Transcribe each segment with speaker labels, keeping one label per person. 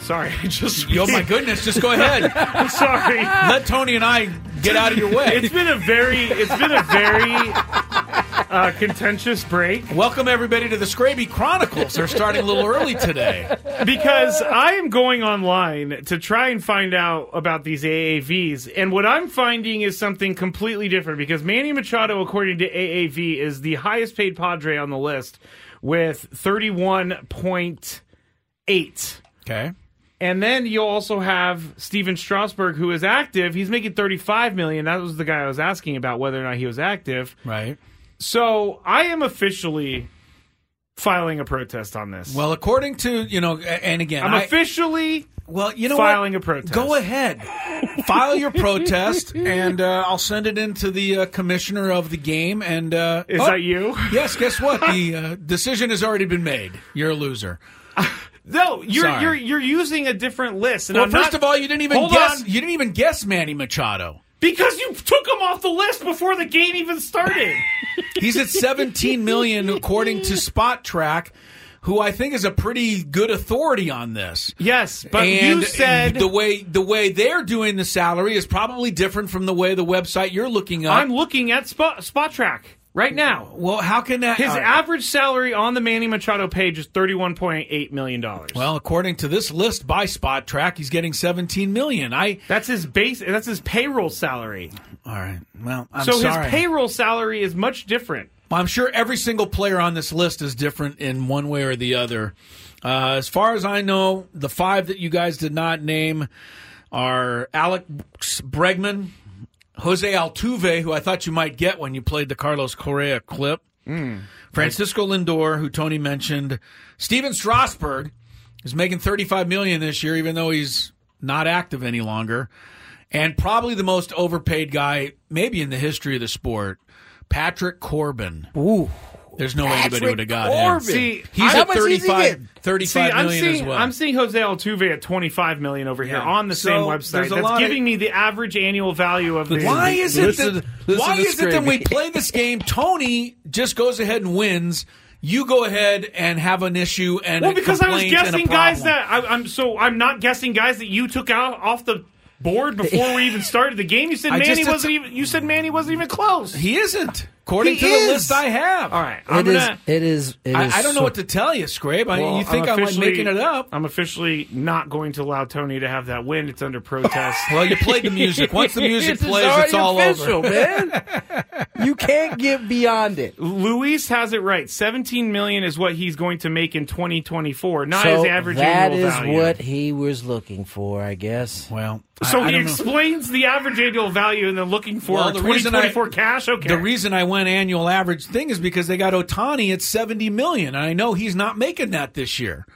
Speaker 1: Sorry, I just.
Speaker 2: Oh my goodness! Just go ahead.
Speaker 1: I'm sorry.
Speaker 2: Let Tony and I get out of your way.
Speaker 1: It's been a very, it's been a very uh, contentious break
Speaker 2: Welcome everybody to the Scraby Chronicles. They're starting a little early today.
Speaker 1: because I am going online to try and find out about these AAVs, and what I'm finding is something completely different. Because Manny Machado, according to AAV, is the highest paid Padre on the list with 31.8.
Speaker 2: Okay.
Speaker 1: And then you'll also have Steven Strasberg, who is active. He's making thirty-five million. That was the guy I was asking about whether or not he was active.
Speaker 2: Right.
Speaker 1: So I am officially filing a protest on this.
Speaker 2: Well, according to you know, and again,
Speaker 1: I'm
Speaker 2: I-
Speaker 1: officially
Speaker 2: well, you know,
Speaker 1: filing
Speaker 2: what?
Speaker 1: a protest.
Speaker 2: Go ahead, file your protest, and uh, I'll send it in to the uh, commissioner of the game. And uh,
Speaker 1: Is
Speaker 2: oh,
Speaker 1: that you?
Speaker 2: Yes. Guess what? The uh, decision has already been made. You're a loser.
Speaker 1: No, you're
Speaker 2: Sorry.
Speaker 1: you're you're using a different list. And
Speaker 2: Well,
Speaker 1: I'm
Speaker 2: first
Speaker 1: not-
Speaker 2: of all, you didn't even
Speaker 1: Hold
Speaker 2: guess.
Speaker 1: on.
Speaker 2: You didn't even guess Manny Machado.
Speaker 1: because you took him off the list before the game even started.
Speaker 2: He's at 17 million according to Spot Track, who I think is a pretty good authority on this.
Speaker 1: yes, but
Speaker 2: and
Speaker 1: you said
Speaker 2: the way the way they're doing the salary is probably different from the way the website you're looking up.
Speaker 1: I'm looking at spot spot track right now.
Speaker 2: well, how can that?
Speaker 1: His
Speaker 2: all right.
Speaker 1: average salary on the Manny Machado page is thirty-one point eight million dollars.
Speaker 2: well, according to this list by Spot Track, he's getting 17 million. I
Speaker 1: that's his base. That's his payroll salary.
Speaker 2: all right. Well, I'm
Speaker 1: so
Speaker 2: sorry.
Speaker 1: his payroll salary is much different.
Speaker 2: I'm sure every single player on this list is different in one way or the other. Uh, as far as I know, the five that you guys did not name are Alex Bregman, Jose Altuve, who I thought you might get when you played the Carlos Correa clip,
Speaker 1: Hmm.
Speaker 2: Francisco Lindor, who Tony mentioned, Steven Strasburg is making 35 million this year, even though he's not active any longer, and probably the most overpaid guy maybe in the history of the sport, Patrick Corbin.
Speaker 1: Ooh.
Speaker 2: There's no way anybody would have got him.
Speaker 1: Corbin. See,
Speaker 2: he's
Speaker 1: how
Speaker 2: at
Speaker 1: much is he
Speaker 2: 35,
Speaker 1: getting?
Speaker 2: 35
Speaker 1: I'm
Speaker 2: million
Speaker 1: seeing,
Speaker 2: as well.
Speaker 1: I'm seeing Jose Altuve at 25 million over here
Speaker 2: Yeah.
Speaker 1: on the same
Speaker 2: So,
Speaker 1: website.
Speaker 2: there's a
Speaker 1: That's
Speaker 2: lot of-
Speaker 1: giving me the average annual value of the.
Speaker 2: why is it
Speaker 3: Listen
Speaker 2: that,
Speaker 3: to- listen
Speaker 2: why
Speaker 3: to
Speaker 2: is it that
Speaker 3: Scraby.
Speaker 2: we play this game? Tony just goes ahead and wins. You go ahead and have an issue and
Speaker 1: Well,
Speaker 2: a
Speaker 1: because I was
Speaker 2: complaint and a
Speaker 1: guessing guys
Speaker 2: problem.
Speaker 1: that I, I'm so I'm not guessing guys that you took out off the board before we even started the game. You said
Speaker 2: I just
Speaker 1: Manny
Speaker 2: did-
Speaker 1: wasn't even. You said Manny wasn't even close.
Speaker 2: he isn't according
Speaker 1: He
Speaker 2: to
Speaker 1: is.
Speaker 2: the list I have.
Speaker 1: All right, I'm
Speaker 3: It is.
Speaker 1: gonna.
Speaker 3: It is. It is.
Speaker 2: I, I don't know
Speaker 3: so-
Speaker 2: what to tell you, Scrape. I mean,
Speaker 1: Well,
Speaker 2: you think
Speaker 1: I'm
Speaker 2: I'm, like
Speaker 1: officially-
Speaker 2: making it up?
Speaker 1: I'm officially not going to allow Tony to have that win. It's under protest.
Speaker 2: well, you played the music. Once the music
Speaker 3: It's
Speaker 2: plays,
Speaker 3: already
Speaker 2: it's all
Speaker 3: official,
Speaker 2: over.
Speaker 3: man. You can't get beyond it.
Speaker 1: Luis has it right. 17 million is what he's going to make in 2024, not
Speaker 3: so
Speaker 1: his average
Speaker 3: that
Speaker 1: annual
Speaker 3: is
Speaker 1: value.
Speaker 3: what he was looking for, I guess.
Speaker 2: Well, I-
Speaker 1: so
Speaker 2: I
Speaker 1: he
Speaker 2: don't know.
Speaker 1: explains the average annual value and then looking for
Speaker 2: Well, the reason I-
Speaker 1: 2024 cash. Okay.
Speaker 2: The reason I went annual average thing is because they got Otani at seventy million, and I know he's not making that this year.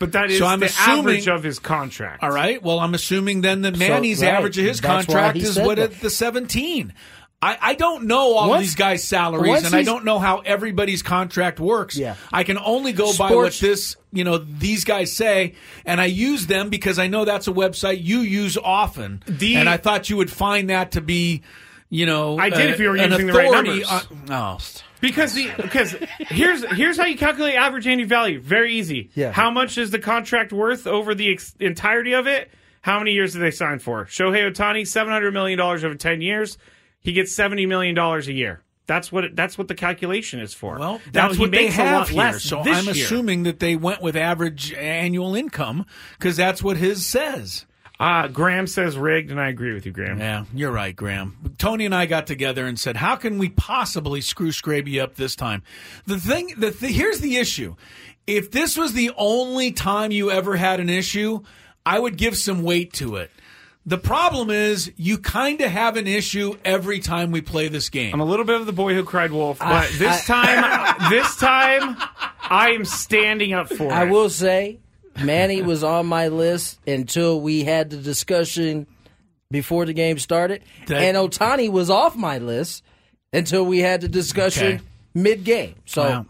Speaker 1: but that is
Speaker 2: so I'm
Speaker 1: the
Speaker 2: assuming-
Speaker 1: average of his contract.
Speaker 2: All right. Well, I'm assuming then that Manny's
Speaker 3: right.
Speaker 2: average of his
Speaker 3: That's why
Speaker 2: contract
Speaker 3: he
Speaker 2: is
Speaker 3: said
Speaker 2: what
Speaker 3: that.
Speaker 2: at the seventeen. I, I don't know all
Speaker 3: Once-
Speaker 2: these guys' salaries,
Speaker 3: once
Speaker 2: and I
Speaker 3: he's-
Speaker 2: don't know how everybody's contract works.
Speaker 3: Yeah.
Speaker 2: I can only go by what
Speaker 3: Sports-
Speaker 2: this, you know, these guys say, and I use them because I know that's a website you use often,
Speaker 1: The-
Speaker 2: and I thought you would find that to be, you know,
Speaker 1: I did
Speaker 2: uh,
Speaker 1: if you were
Speaker 2: an
Speaker 1: using the right
Speaker 2: authority
Speaker 1: numbers.
Speaker 2: on- oh, no.
Speaker 1: Because the because here's here's how you calculate average annual value. Very easy.
Speaker 3: Yeah.
Speaker 1: How much is the contract worth over the ex- entirety of it? How many years did they sign for? Shohei Otani, seven hundred million dollars over ten years. He gets seventy million dollars a year. That's what it, that's what the calculation is for.
Speaker 2: Well,
Speaker 1: that's
Speaker 2: that's
Speaker 1: he
Speaker 2: what they
Speaker 1: makes a lot
Speaker 2: have here.
Speaker 1: less
Speaker 2: So
Speaker 1: this
Speaker 2: I'm
Speaker 1: year.
Speaker 2: assuming that they went with average annual income because that's what his says.
Speaker 1: Uh, Graham says rigged, and I agree with you, Graham.
Speaker 2: Yeah, you're right, Graham. Tony and I got together and said, "How can we possibly screw Scraby up this time?" The thing, the th- here's the issue: if this was the only time you ever had an issue, I would give some weight to it. The problem is, you kind of have an issue every time we play this game.
Speaker 1: I'm a little bit of the boy who cried wolf, but this time, this time, I am standing up for
Speaker 3: I
Speaker 1: it.
Speaker 3: will say, Manny was on my list until we had the discussion before the game started,
Speaker 2: That-
Speaker 3: and Otani was off my list until we had the discussion
Speaker 2: Okay.
Speaker 3: mid-game. So.
Speaker 2: Wow.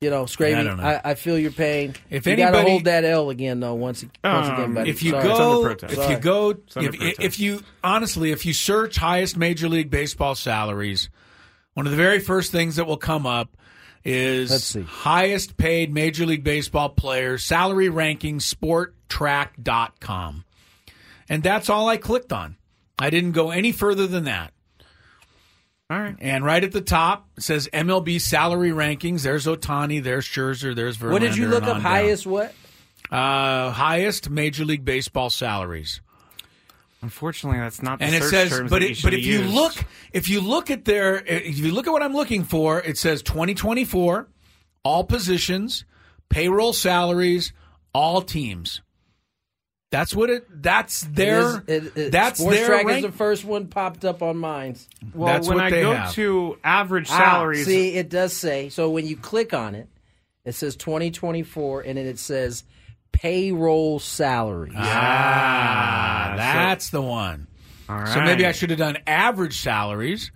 Speaker 3: You know, Scraby,
Speaker 2: I don't know.
Speaker 3: I, I, feel your pain.
Speaker 2: If
Speaker 3: you gotta
Speaker 2: anybody-
Speaker 3: hold that L again, though. Once, once again,
Speaker 1: Um,
Speaker 3: buddy.
Speaker 2: if you
Speaker 3: Sorry.
Speaker 2: go,
Speaker 1: It's under protest.
Speaker 2: if you
Speaker 3: Sorry.
Speaker 2: go,
Speaker 1: under
Speaker 2: if,
Speaker 1: protest.
Speaker 2: if you honestly, if you search highest major league baseball salaries, one of the very first things that will come up
Speaker 3: Let's
Speaker 2: is
Speaker 3: see.
Speaker 2: highest paid major league baseball players salary ranking sporttrack.com. And that's all I clicked on. I didn't go any further than that.
Speaker 1: All right.
Speaker 2: And right at the top it says MLB salary rankings. There's Otani, there's Scherzer, there's Verlander.
Speaker 3: what did you look
Speaker 2: and
Speaker 3: up?
Speaker 2: on down.
Speaker 3: Highest what?
Speaker 2: Uh, highest Major League Baseball salaries.
Speaker 1: Unfortunately, that's not the
Speaker 2: and it
Speaker 1: search
Speaker 2: says
Speaker 1: terms
Speaker 2: but
Speaker 1: that
Speaker 2: it,
Speaker 1: you
Speaker 2: but
Speaker 1: should
Speaker 2: if
Speaker 1: have
Speaker 2: you
Speaker 1: used.
Speaker 2: look if you look at their if you look at what I'm looking for it says 2024 all positions payroll salaries all teams that's what it that's their
Speaker 3: It is- it- it-
Speaker 2: that's
Speaker 3: Sports
Speaker 2: their
Speaker 3: Track
Speaker 2: rank-
Speaker 3: is the first one popped up on mine.
Speaker 1: well,
Speaker 2: that's
Speaker 1: when
Speaker 2: what
Speaker 1: I
Speaker 2: they
Speaker 1: go
Speaker 2: have.
Speaker 1: to average
Speaker 3: Ah,
Speaker 1: salaries,
Speaker 3: see, it does say. So when you click on it, it says 2024, and then it says payroll salaries.
Speaker 2: ah that's the one
Speaker 1: all
Speaker 2: so maybe I
Speaker 1: right.
Speaker 2: should have done average salaries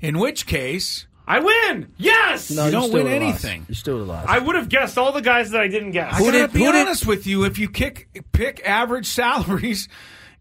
Speaker 2: in which case
Speaker 1: I win. Yes,
Speaker 3: No,
Speaker 2: you don't
Speaker 3: still
Speaker 2: win
Speaker 3: would've lost.
Speaker 2: anything.
Speaker 3: You still would've lost.
Speaker 1: I would have guessed all the guys that I didn't guess.
Speaker 2: I
Speaker 3: Who
Speaker 2: gotta
Speaker 3: did-
Speaker 2: be
Speaker 3: who did-
Speaker 2: honest with you. If you kick, pick average salaries,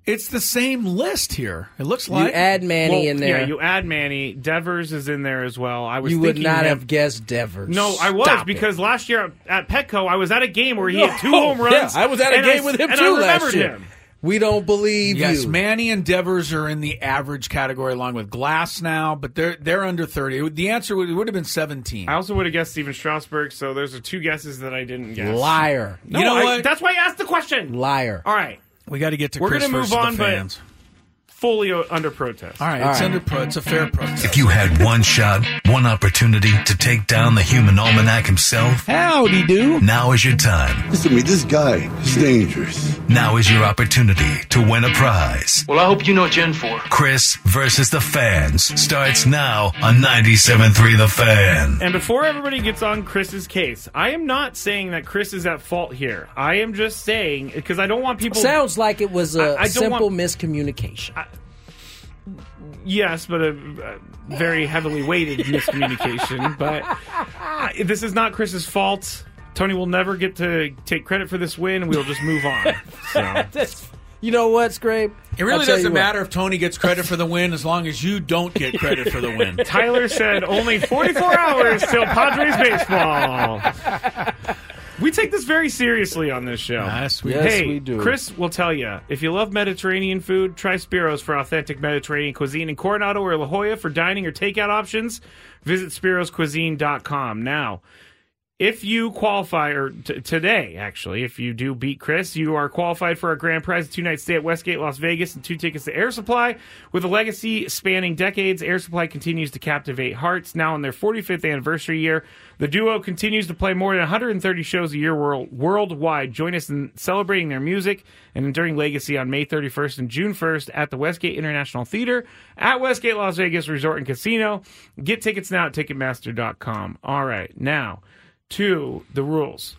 Speaker 2: it's the same list here. It looks
Speaker 3: you
Speaker 2: like
Speaker 3: add Manny
Speaker 1: Well,
Speaker 3: in there.
Speaker 1: Yeah, you add Manny. Devers is in there as well. I was
Speaker 3: you would
Speaker 1: thinking
Speaker 3: not
Speaker 1: him-
Speaker 3: have guessed Devers.
Speaker 1: No, I was
Speaker 3: Stop it.
Speaker 1: because last year at Petco, I was at a game where he had two
Speaker 3: No.
Speaker 1: home runs.
Speaker 3: Yeah, I was at a
Speaker 1: and
Speaker 3: game
Speaker 1: I-
Speaker 3: with him
Speaker 1: and
Speaker 3: too
Speaker 1: I
Speaker 3: last
Speaker 1: remembered
Speaker 3: year.
Speaker 1: Him.
Speaker 3: We don't believe
Speaker 2: Yes,
Speaker 3: you.
Speaker 2: Manny and Devers are in the average category along with Glass now, but they're they're under thirty. It would- The answer would, it would have been seventeen.
Speaker 1: I also would have guessed Steven Strasburg. So those are two guesses that I didn't guess.
Speaker 3: Liar.
Speaker 1: No,
Speaker 2: You know
Speaker 1: I-
Speaker 2: what?
Speaker 1: That's why I asked the question.
Speaker 3: Liar.
Speaker 1: All right,
Speaker 2: we got to get to
Speaker 1: We're
Speaker 2: Chris
Speaker 1: gonna move
Speaker 2: versus the
Speaker 1: on, but-
Speaker 2: fans.
Speaker 1: fully o- under protest.
Speaker 2: All right, it's under pro. It's a fair protest.
Speaker 4: If you had one shot, one opportunity to take down the human almanac himself,
Speaker 2: Howdy do.
Speaker 4: now is your time.
Speaker 5: Listen to me, this guy is dangerous.
Speaker 4: Now is your opportunity to win a prize.
Speaker 6: Well, I hope you know what you're in for.
Speaker 4: Chris versus the fans starts now on 97.3 The Fan.
Speaker 1: And before everybody gets on Chris's case, I am not saying that Chris is at fault here. I am just saying because I don't want people.
Speaker 3: Sounds like it was a
Speaker 1: I- I don't
Speaker 3: simple
Speaker 1: want-
Speaker 3: miscommunication.
Speaker 1: yes, but a, a very heavily weighted miscommunication. But I, this is not Chris's fault. Tony will never get to take credit for this win. We'll just move on. So.
Speaker 3: That's- you know what, Scrape?
Speaker 2: It really doesn't matter if Tony gets credit for the win as long as you don't get credit for the win.
Speaker 1: Tyler said only 44 hours till Padres baseball. We take this very seriously on this show.
Speaker 2: Yes, we
Speaker 3: Yes,
Speaker 1: hey,
Speaker 3: we do.
Speaker 1: Chris will tell you if you love Mediterranean food, try Spiro's for authentic Mediterranean cuisine in Coronado or La Jolla for dining or takeout options. Visit spiroscuisine.com now. If you qualify, or t- today actually, if you do beat Chris, you are qualified for a grand prize: two night stay at Westgate, Las Vegas, and two tickets to Air Supply. With a legacy spanning decades, Air Supply continues to captivate hearts. Now in their 45th anniversary year, the duo continues to play more than 130 shows a year world- worldwide. Join us in celebrating their music and enduring legacy on May 31st and June 1st at the Westgate International Theater at Westgate Las Vegas Resort and Casino. Get tickets now at Ticketmaster.com. All right, now to the rules.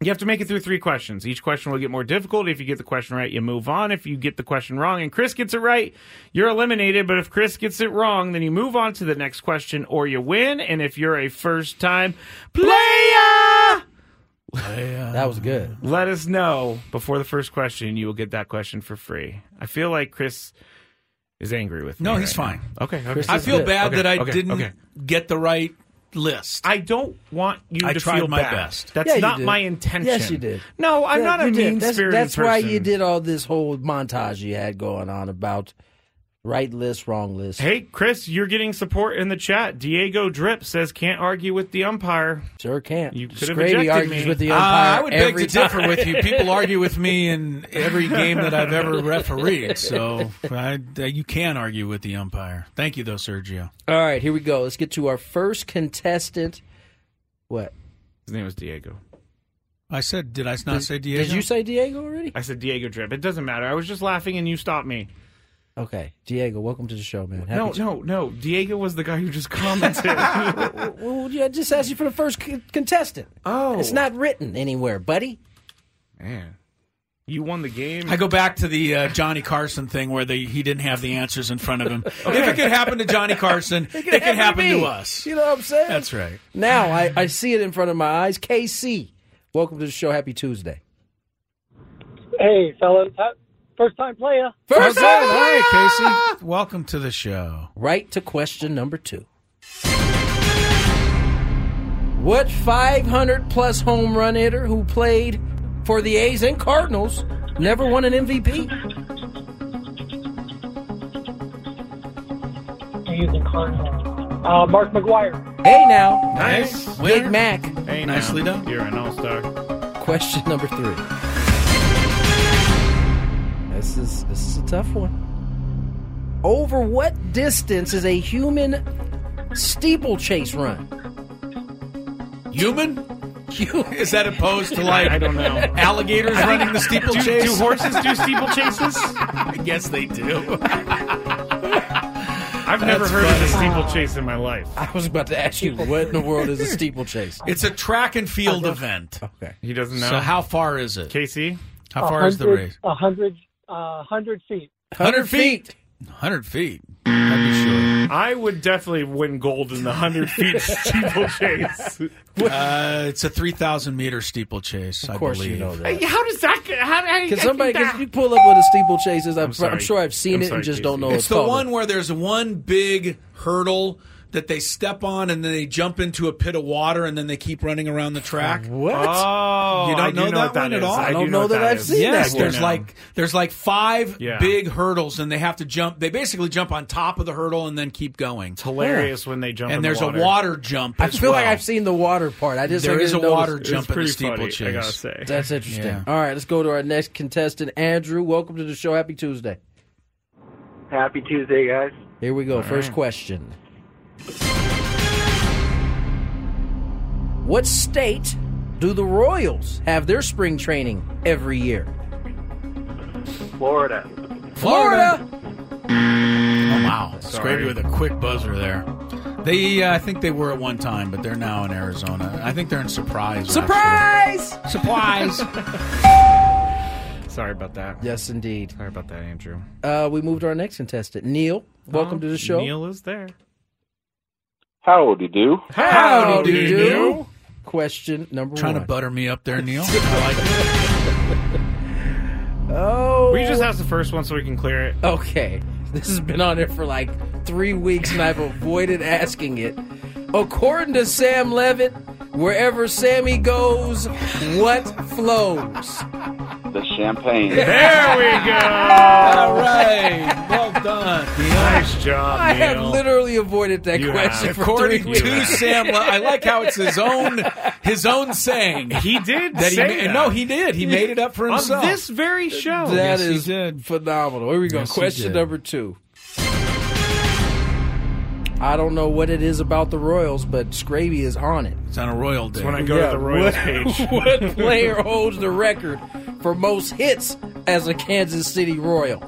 Speaker 1: You have to make it through three questions. Each question will get more difficult. If you get the question right, you move on. If you get the question wrong and Chris gets it right, you're eliminated. But if Chris gets it wrong, then you move on to the next question or you win. And if you're a first time player,
Speaker 3: Uh, That was good.
Speaker 1: let us know before the first question. You will get that question for free. I feel like Chris is angry with me.
Speaker 2: No,
Speaker 1: right
Speaker 2: he's
Speaker 1: now.
Speaker 2: fine.
Speaker 1: Okay. okay.
Speaker 3: Chris
Speaker 2: I
Speaker 3: is
Speaker 2: feel
Speaker 3: good.
Speaker 2: bad
Speaker 1: Okay,
Speaker 2: that I
Speaker 1: okay,
Speaker 2: didn't
Speaker 1: okay.
Speaker 2: get the right list.
Speaker 1: I don't want you
Speaker 2: I
Speaker 1: to
Speaker 2: tried
Speaker 1: feel
Speaker 2: my
Speaker 1: bad.
Speaker 2: best.
Speaker 1: That's
Speaker 3: Yeah, you
Speaker 1: not
Speaker 3: did.
Speaker 1: my intention.
Speaker 3: Yes, you did.
Speaker 1: No, I'm
Speaker 3: Yeah,
Speaker 1: not a
Speaker 3: you did.
Speaker 1: mean
Speaker 3: That's,
Speaker 1: spirited
Speaker 3: that's why you
Speaker 1: person.
Speaker 3: did all this whole montage you had going on about Right list, wrong list.
Speaker 1: Hey, Chris, you're getting support in the chat. Diego Drip says can't argue with the umpire.
Speaker 3: Sure can't.
Speaker 1: You could have
Speaker 3: Scravy
Speaker 1: ejected
Speaker 3: argues
Speaker 1: me.
Speaker 3: with the
Speaker 2: Uh,
Speaker 3: umpire
Speaker 2: I would beg
Speaker 3: every
Speaker 2: to
Speaker 3: time.
Speaker 2: differ with you. People argue with me in every game that I've ever refereed, so I, uh, you can argue with the umpire. Thank you, though, Sergio.
Speaker 3: All right, here we go. Let's get to our first contestant. What?
Speaker 1: His name was Diego.
Speaker 2: I said, did I not say Diego?
Speaker 3: Did you say Diego already?
Speaker 1: I said Diego Drip. It doesn't matter. I was just laughing and you stopped me.
Speaker 3: Okay, Diego, welcome to the show, man. Happy
Speaker 1: No,
Speaker 3: to-
Speaker 1: no, no. Diego was the guy who just commented.
Speaker 3: Well, yeah, I just asked you for the first con- contestant.
Speaker 1: Oh.
Speaker 3: it's not written anywhere, buddy.
Speaker 1: Man. You won the game.
Speaker 2: I go back to the uh, Johnny Carson thing where the, he didn't have the answers in front of him. If it could happen to Johnny Carson, it, could
Speaker 3: Happy
Speaker 2: happen to
Speaker 3: me.
Speaker 2: us.
Speaker 3: You know what I'm saying?
Speaker 2: That's right.
Speaker 3: Now I, I see it in front of my eyes. KC, welcome to the show. Happy Tuesday.
Speaker 6: Hey, fellas. Ha- First time player.
Speaker 3: First
Speaker 2: Ah! Hi, Casey. Welcome to the show.
Speaker 3: Right to question number two. What 500 plus home run hitter who played for the A's and Cardinals never won an MVP?
Speaker 6: Using Cardinals. Uh, Mark McGuire.
Speaker 3: Hey now,
Speaker 1: Nice.
Speaker 2: Winner.
Speaker 3: Big Mac.
Speaker 1: Hey,
Speaker 2: Nicely
Speaker 1: now.
Speaker 2: done.
Speaker 1: You're an all star.
Speaker 3: Question number three. This is this is a tough one. Over what distance is a human steeplechase run?
Speaker 2: Human? Is that opposed to like
Speaker 1: I don't know.
Speaker 2: alligators running the
Speaker 1: Do,
Speaker 2: steeplechase?
Speaker 1: do horses do steeplechases?
Speaker 2: I guess they do.
Speaker 1: I've never
Speaker 2: That's
Speaker 1: heard of a
Speaker 2: funny.
Speaker 1: steeplechase in my life.
Speaker 3: I was about to ask you what in the world is a steeplechase.
Speaker 2: It's a track and field event.
Speaker 3: Okay.
Speaker 1: He doesn't know.
Speaker 2: So how far is it?
Speaker 1: Casey?
Speaker 2: How far is the
Speaker 6: 100
Speaker 2: race?
Speaker 6: 100, uh, 100 feet.
Speaker 2: 100 feet. 100 feet. I'd be sure.
Speaker 1: I would definitely win gold in the 100 feet steeplechase.
Speaker 2: Uh, it's a 3,000 meter steeplechase, I
Speaker 3: Of course
Speaker 2: believe.
Speaker 3: you know that.
Speaker 1: how does that. How, how,
Speaker 3: Can somebody? Cause you pull up with a steeplechase. I'm, I'm,
Speaker 1: sorry.
Speaker 3: sure I've seen
Speaker 1: I'm
Speaker 3: it
Speaker 1: sorry,
Speaker 3: and just
Speaker 1: Casey.
Speaker 3: don't know.
Speaker 2: It's the
Speaker 3: Oh, called.
Speaker 2: one where there's one big hurdle that they step on and then they jump into a pit of water and then they keep running around the track.
Speaker 3: What?
Speaker 1: Oh,
Speaker 2: You don't
Speaker 1: I do
Speaker 2: know that
Speaker 1: what
Speaker 2: one at
Speaker 1: is.
Speaker 2: all? I
Speaker 3: don't
Speaker 1: do
Speaker 3: know
Speaker 1: what
Speaker 3: that I've
Speaker 1: is.
Speaker 3: seen that
Speaker 2: Yes,
Speaker 3: one.
Speaker 2: there's
Speaker 1: Yeah.
Speaker 2: like there's like five
Speaker 1: Yeah.
Speaker 2: big hurdles and they have to jump. They basically jump on top of the hurdle and then keep going.
Speaker 1: It's hilarious when they jump. in
Speaker 2: And
Speaker 1: the
Speaker 2: there's
Speaker 1: water.
Speaker 2: a water jump.
Speaker 3: I
Speaker 2: as
Speaker 3: feel like
Speaker 2: well.
Speaker 3: I've seen the water part. I just
Speaker 2: There
Speaker 3: I
Speaker 2: is a
Speaker 3: didn't notice.
Speaker 2: water
Speaker 1: It's
Speaker 2: jump at the
Speaker 1: pretty funny,
Speaker 2: steeplechase.
Speaker 1: I gotta say.
Speaker 3: That's interesting.
Speaker 2: Yeah.
Speaker 3: All right, let's go to our next contestant, Andrew. Welcome to the show. Happy Tuesday.
Speaker 7: Happy Tuesday, guys.
Speaker 3: Here we go. First question. What state do the Royals have their spring training every year?
Speaker 7: Florida.
Speaker 3: Florida.
Speaker 2: Oh, wow. Scrappy with a quick buzzer there. They, uh, I think they were at one time, but they're now in Arizona. I think they're in Surprise.
Speaker 3: Surprise!
Speaker 2: actually. Surprise!
Speaker 1: Sorry about that.
Speaker 3: Yes, indeed.
Speaker 1: Sorry about that, Andrew.
Speaker 3: Uh, we move to our next contestant, Neil. Welcome
Speaker 1: Oh,
Speaker 3: to the show.
Speaker 1: Neil is there.
Speaker 7: Howdy do.
Speaker 3: Howdy,
Speaker 2: Howdy,
Speaker 3: do.
Speaker 2: Neil.
Speaker 3: Question number
Speaker 2: Trying to
Speaker 3: one.
Speaker 2: butter me up there, Neil. I like it.
Speaker 3: oh,
Speaker 1: We just asked the first one so we can clear it.
Speaker 3: Okay. This has been on there for like three weeks and I've avoided asking it. According to Sam Levitt, wherever Sammy goes, what flows?
Speaker 7: The champagne.
Speaker 1: There we go.
Speaker 2: All right. Well done, Neil.
Speaker 1: nice job,
Speaker 3: I
Speaker 1: Neil.
Speaker 3: have literally avoided that
Speaker 1: You
Speaker 3: question
Speaker 1: have.
Speaker 3: for
Speaker 2: According
Speaker 3: three weeks.
Speaker 2: to Sam, Le- I like how it's his own his own saying
Speaker 1: he did
Speaker 2: that he
Speaker 1: say
Speaker 2: ma-
Speaker 1: that.
Speaker 2: no he did he made it up for
Speaker 1: on
Speaker 2: himself.
Speaker 1: this very show.
Speaker 3: That
Speaker 2: Yes, he
Speaker 3: is
Speaker 2: did.
Speaker 3: phenomenal. Here we go.
Speaker 2: Yes, he
Speaker 3: Question
Speaker 2: did.
Speaker 3: number two. I don't know what it is about the Royals, but Scraby is on it.
Speaker 2: it's on a royal day.
Speaker 1: when I go to the Royals page.
Speaker 3: what player holds the record for most hits as a Kansas City Royal?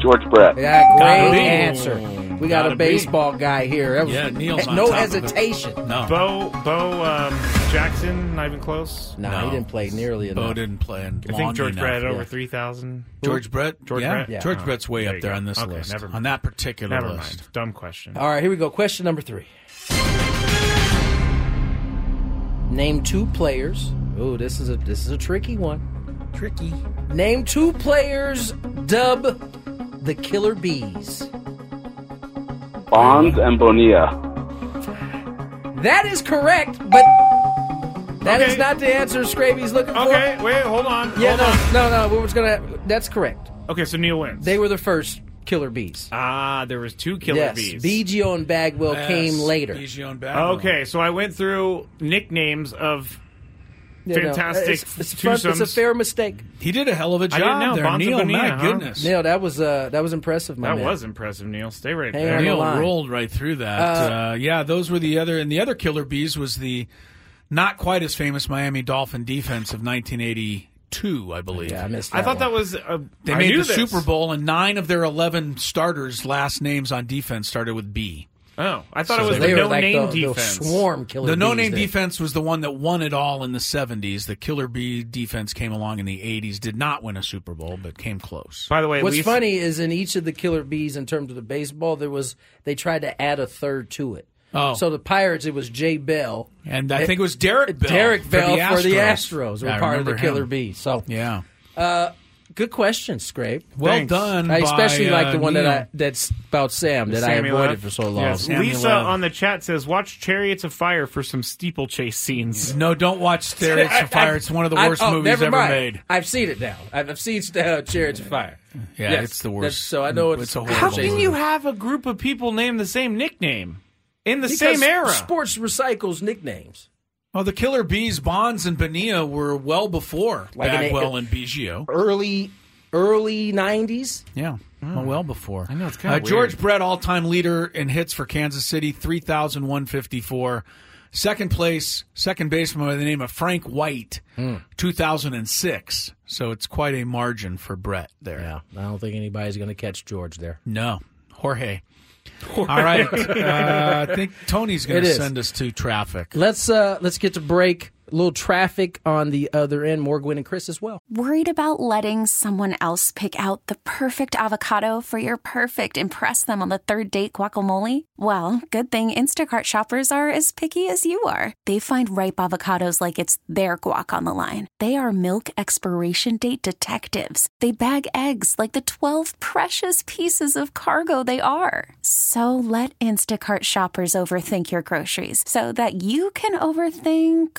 Speaker 7: George Brett.
Speaker 3: Yeah,
Speaker 2: Gotta
Speaker 3: great
Speaker 2: be.
Speaker 3: answer. We got
Speaker 1: Gotta
Speaker 3: a
Speaker 1: be.
Speaker 3: baseball guy here. That was
Speaker 2: Yeah, Neil's on
Speaker 3: no
Speaker 2: top of it.
Speaker 3: hesitation.
Speaker 2: no,
Speaker 1: Bo Bo um, Jackson, not even close.
Speaker 3: No,
Speaker 2: No.
Speaker 3: he didn't play nearly enough.
Speaker 2: Bo didn't play in
Speaker 1: I
Speaker 2: long
Speaker 1: think George
Speaker 2: enough.
Speaker 1: Brett had over
Speaker 3: yeah.
Speaker 1: three thousand.
Speaker 2: George Brett.
Speaker 1: George
Speaker 2: yeah.
Speaker 1: Brett? Yeah.
Speaker 2: George
Speaker 1: Oh,
Speaker 2: Brett's way
Speaker 1: there
Speaker 2: up
Speaker 1: you
Speaker 2: there
Speaker 1: go.
Speaker 2: on this
Speaker 1: Okay,
Speaker 2: list.
Speaker 1: never mind.
Speaker 2: On that particular
Speaker 1: Never
Speaker 2: list.
Speaker 1: mind. Dumb question.
Speaker 3: All right, here we go. Question number three. Name two players. Ooh, this is a this is a tricky one.
Speaker 2: Tricky.
Speaker 3: Name two players. Dub the Killer Bees.
Speaker 7: Bonds and Bonilla.
Speaker 3: That is correct, but that is
Speaker 1: Okay.
Speaker 3: not the answer Scraby's looking
Speaker 1: Okay, wait, hold on.
Speaker 3: for. Yeah,
Speaker 1: hold on.
Speaker 3: no, no, no. We was gonna. That's correct.
Speaker 1: Okay, so Neil wins.
Speaker 3: They were the first Killer Bees.
Speaker 1: Ah, there was two killer
Speaker 3: yes,
Speaker 1: bees.
Speaker 3: Biggio and Bagwell
Speaker 2: Yes,
Speaker 3: came later.
Speaker 2: Biggio and Bagwell.
Speaker 1: Okay, so I went through nicknames of
Speaker 3: You know,
Speaker 1: fantastic
Speaker 3: it's, it's, fun- it's a
Speaker 1: twosomes.
Speaker 3: fair mistake.
Speaker 2: He did a hell of a
Speaker 1: I didn't know.
Speaker 2: job there.
Speaker 1: Bonzo
Speaker 2: Neil,
Speaker 1: Bonilla,
Speaker 2: my
Speaker 1: huh?
Speaker 2: goodness.
Speaker 3: Neil, that was uh, that was impressive, my
Speaker 1: That
Speaker 3: man.
Speaker 1: was impressive, Neil. Stay right
Speaker 3: Hey,
Speaker 1: there.
Speaker 3: on the
Speaker 2: Neil
Speaker 3: line.
Speaker 2: rolled right through that. Uh, yeah, those were the other, and the other killer bees was the not quite as famous Miami Dolphin defense of 1982, I believe.
Speaker 3: Yeah, I missed. That
Speaker 1: I thought
Speaker 3: one.
Speaker 1: that was. Uh,
Speaker 2: they
Speaker 1: I
Speaker 2: made
Speaker 1: knew
Speaker 2: the
Speaker 1: this.
Speaker 2: Super Bowl, and nine of their 11 starters' last names on defense started with B.
Speaker 1: Oh, I thought
Speaker 2: So
Speaker 1: it was
Speaker 2: they
Speaker 1: the
Speaker 2: were
Speaker 1: no name
Speaker 3: the, the
Speaker 1: defense.
Speaker 3: swarm killer.
Speaker 2: The
Speaker 3: bees
Speaker 2: no name
Speaker 3: there.
Speaker 2: defense was the one that won it all in the 70s. The killer bee defense came along in the 80s, did not win a Super Bowl, but came close.
Speaker 1: By the way,
Speaker 3: What's
Speaker 1: Lisa,
Speaker 3: funny is in each of the killer bees in terms of the baseball, there was they tried to add a third to it.
Speaker 2: Oh.
Speaker 3: So the Pirates, it was Jay Bell.
Speaker 2: And I think it was Derek Bell.
Speaker 3: Derek
Speaker 2: for
Speaker 3: Bell
Speaker 2: the
Speaker 3: for the
Speaker 2: Astros.
Speaker 3: Astros,
Speaker 2: Yeah, I
Speaker 3: were part of the
Speaker 2: remember
Speaker 3: Killer
Speaker 2: him.
Speaker 3: Bees. So
Speaker 2: Yeah.
Speaker 3: Uh, good question, Scrape.
Speaker 2: Well
Speaker 1: Thanks.
Speaker 2: done.
Speaker 3: I especially
Speaker 2: by,
Speaker 3: like
Speaker 2: uh,
Speaker 3: the one
Speaker 2: Neil.
Speaker 3: that I that's about Sam that I
Speaker 1: Samuel
Speaker 3: avoided
Speaker 1: F.
Speaker 3: for so long.
Speaker 1: Yes.
Speaker 2: Samuel
Speaker 1: Lisa
Speaker 2: F.
Speaker 1: on the chat says, "Watch Chariots of Fire for some steeplechase scenes."
Speaker 2: No, don't watch Stereo
Speaker 3: I-
Speaker 2: of Fire.
Speaker 3: I-
Speaker 2: It's one of the
Speaker 3: I-
Speaker 2: worst
Speaker 3: oh,
Speaker 2: movies
Speaker 3: never
Speaker 2: ever
Speaker 3: mind.
Speaker 2: made.
Speaker 3: I've seen it now. I've, I've seen uh, Chariots of Fire.
Speaker 2: Yeah,
Speaker 3: Yes,
Speaker 2: it's the worst.
Speaker 3: that's- So I know it's,
Speaker 2: It's a horrible
Speaker 1: How
Speaker 2: Jason.
Speaker 1: can you have a group of people named the same nickname in the
Speaker 3: Because
Speaker 1: same era?
Speaker 3: Sports recycles nicknames.
Speaker 2: Well, the Killer Bees, Bonds, and Bonilla were well before
Speaker 3: Like an-
Speaker 2: Bagwell and Biggio.
Speaker 3: Early, early '90s.
Speaker 2: Yeah, well, well before. I
Speaker 1: know, it's kinda
Speaker 2: uh, George
Speaker 1: weird.
Speaker 2: Brett, all-time leader in hits for Kansas City, three thousand one fifty-four. Second place, second baseman by the name of Frank White, two thousand and six. So it's quite a margin for Brett there.
Speaker 3: Yeah, I don't think anybody's going to catch George there.
Speaker 2: No, Jorge. All right, uh, I think Tony's going
Speaker 3: It
Speaker 2: to
Speaker 3: is.
Speaker 2: send us to traffic.
Speaker 3: Let's uh let's get to break. A little traffic on the other end. More Gwen and Chris as well.
Speaker 8: Worried about letting someone else pick out the perfect avocado for your perfect impress them on the third date guacamole? Well, good thing Instacart shoppers are as picky as you are. They find ripe avocados like it's their guac on the line. They are milk expiration date detectives. They bag eggs like the 12 precious pieces of cargo they are. So let Instacart shoppers overthink your groceries so that you can overthink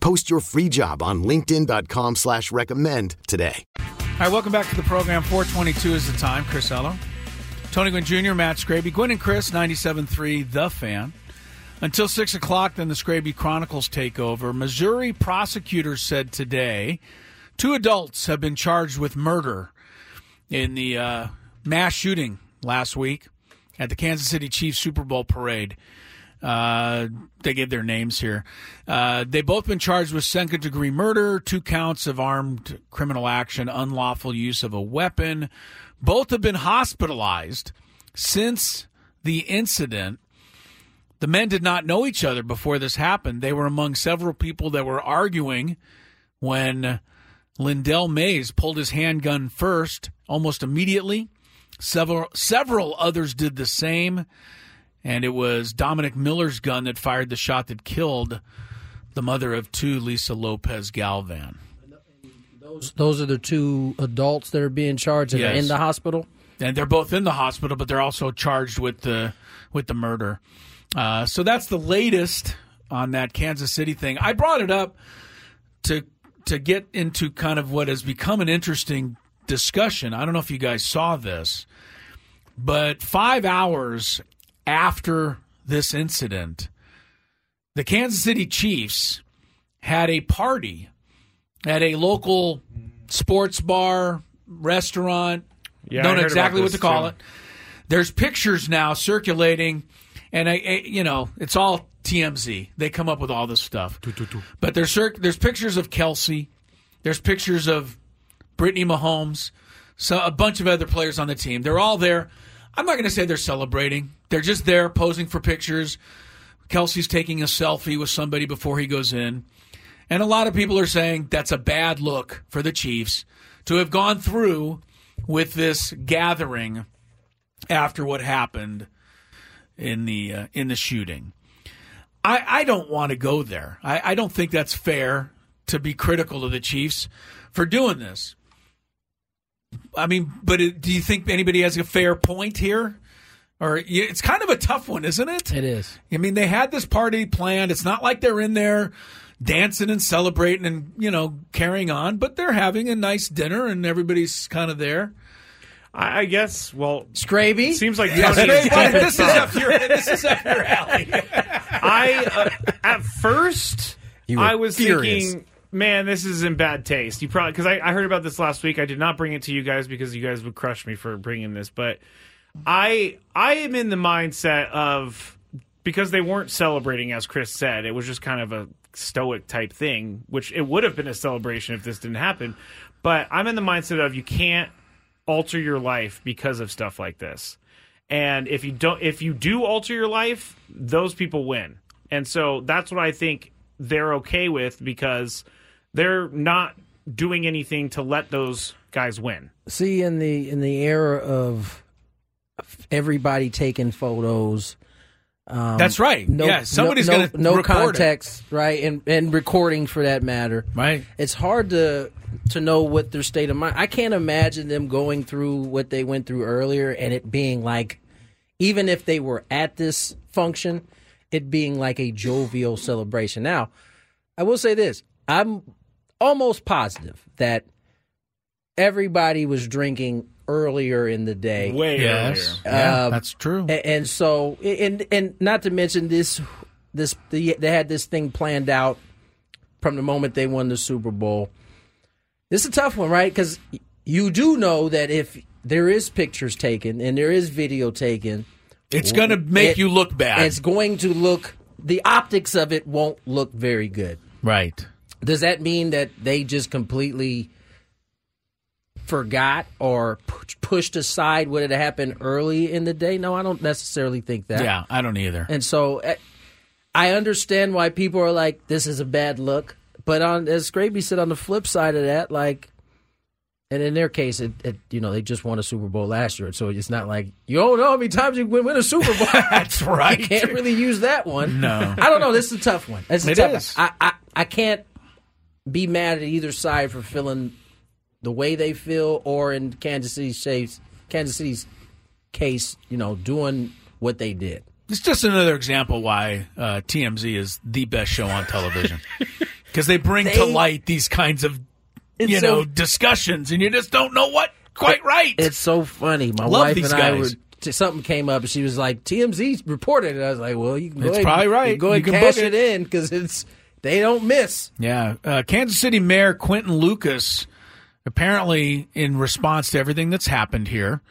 Speaker 9: Post your free job on linkedin.com/recommend slash recommend today.
Speaker 2: All right, welcome back to the program. 422 is the time. Chris Ello, Tony Gwynn Jr., Matt Scraby, Gwynn and Chris, 97.3, The Fan. Until 6 o'clock, then the Scraby Chronicles take over. Missouri prosecutors said today two adults have been charged with murder in the uh, mass shooting last week at the Kansas City Chiefs Super Bowl parade. Uh, they give their names here. Uh, they both been charged with second degree murder, two counts of armed criminal action, unlawful use of a weapon. Both have been hospitalized since the incident. The men did not know each other before this happened. They were among several people that were arguing when Lindell Mays pulled his handgun first, almost immediately. Several several others did the same, and it was Dominic Miller's gun that fired the shot that killed the mother of two, Lisa Lopez Galvan.
Speaker 3: Those, those are the two adults that are being charged and are
Speaker 2: Yes.
Speaker 3: in the hospital.
Speaker 2: And they're both in the hospital, but they're also charged with the with the murder. Uh, so that's the latest on that Kansas City thing. I brought it up to to get into kind of what has become an interesting discussion. I don't know if you guys saw this, but five hours after this incident, the Kansas City Chiefs had a party at a local sports bar, restaurant.
Speaker 1: Yeah, I
Speaker 2: don't
Speaker 1: heard
Speaker 2: know exactly
Speaker 1: about
Speaker 2: what to
Speaker 1: this,
Speaker 2: call
Speaker 1: too.
Speaker 2: it. There's pictures now circulating, and I, I- you know, it's all TMZ. They come up with all this stuff. But there's cir- there's pictures of Kelsey. There's pictures of Brittany Mahomes. So a bunch of other players on the team. They're all there. I'm not going to say they're celebrating. They're just there posing for pictures. Kelsey's taking a selfie with somebody before he goes in. And a lot of people are saying that's a bad look for the Chiefs to have gone through with this gathering after what happened in the uh, in the shooting. I, I don't want to go there. I, I don't think that's fair to be critical of the Chiefs for doing this. I mean, but it, do you think anybody has a fair point here? Or yeah, it's kind of a tough one, isn't it? It
Speaker 3: is.
Speaker 2: I mean, they had this party planned. It's not like they're in there dancing and celebrating and you know carrying on, but they're having a nice dinner and everybody's kind of there.
Speaker 1: I, I guess. Well,
Speaker 3: Scraby
Speaker 1: seems like
Speaker 2: Yeah,
Speaker 1: Tony
Speaker 2: Scraby,
Speaker 1: dead
Speaker 2: this is
Speaker 1: on.
Speaker 2: up your this is up your alley.
Speaker 1: I uh, at first
Speaker 2: You were
Speaker 1: I was
Speaker 2: furious.
Speaker 1: thinking, man, this is in bad taste. You probably because I, I heard about this last week. I did not bring it to you guys because you guys would crush me for bringing this, but I I am in the mindset of because they weren't celebrating, as Chris said, it was just kind of a stoic type thing, which it would have been a celebration if this didn't happen. But I'm in the mindset of you can't alter your life because of stuff like this. And if you don't if you do alter your life, those people win. And so that's what I think they're okay with because they're not doing anything to let those guys win.
Speaker 3: see in the in the era of everybody taking photos um,
Speaker 2: That's right.
Speaker 3: no,
Speaker 2: Yeah, somebody's
Speaker 3: no,
Speaker 2: gonna
Speaker 3: no, no
Speaker 2: record it.
Speaker 3: context right and and recording for that matter
Speaker 2: right
Speaker 3: it's hard to to know what their state of mind i can't imagine them going through what they went through earlier and it being like even if they were at this function it being like a jovial celebration now i will say this i'm almost positive that everybody was drinking earlier in the day.
Speaker 1: Way Yes.
Speaker 2: earlier. Yeah,
Speaker 3: Um,
Speaker 2: that's true.
Speaker 3: a- And, so, and and not to mention this, this the, they had this thing planned out from the moment they won the Super Bowl. This is a tough one, right? Because you do know that if there is pictures taken and there is video taken,
Speaker 2: It's gonna make you look bad.
Speaker 3: It's going to look. The optics of it won't look very good.
Speaker 2: Right.
Speaker 3: Does that mean that they just completely forgot or p- pushed aside what had happened early in the day? No, I don't necessarily think that.
Speaker 2: Yeah, I don't either.
Speaker 3: And so eh, I understand why people are like, this is a bad look. But on as Scraby said, on the flip side of that, like, and in their case, it, it you know they just won a Super Bowl last year, so it's not like you don't know how many times you win, win a Super Bowl.
Speaker 2: That's right.
Speaker 3: You can't really use that one.
Speaker 2: No.
Speaker 3: I don't know. This is a tough one. It's a
Speaker 2: It
Speaker 3: tough
Speaker 2: is.
Speaker 3: One. I, I I can't be mad at either side for feeling the way they feel, or in Kansas City's case, Kansas City's case, you know, doing what they did.
Speaker 2: It's just another example why uh, TMZ is the best show on television because they bring to
Speaker 3: They-
Speaker 2: light these kinds of
Speaker 3: It's
Speaker 2: you know
Speaker 3: so-
Speaker 2: discussions, and you just don't know what quite right.
Speaker 3: It's so funny. My
Speaker 2: Love
Speaker 3: wife
Speaker 2: these
Speaker 3: and I were.
Speaker 2: guys.
Speaker 3: t- Something came up, and she was like, "TMZ reported," and I was like, "Well, you can go
Speaker 2: It's
Speaker 3: ahead-
Speaker 2: probably
Speaker 3: you
Speaker 2: right.
Speaker 3: Go
Speaker 2: You
Speaker 3: ahead
Speaker 2: can
Speaker 3: and cash
Speaker 2: book
Speaker 3: it,
Speaker 2: it.
Speaker 3: in because it's they don't miss."
Speaker 2: Yeah. Uh, Kansas City Mayor Quentin Lucas, apparently, in response to everything that's happened here,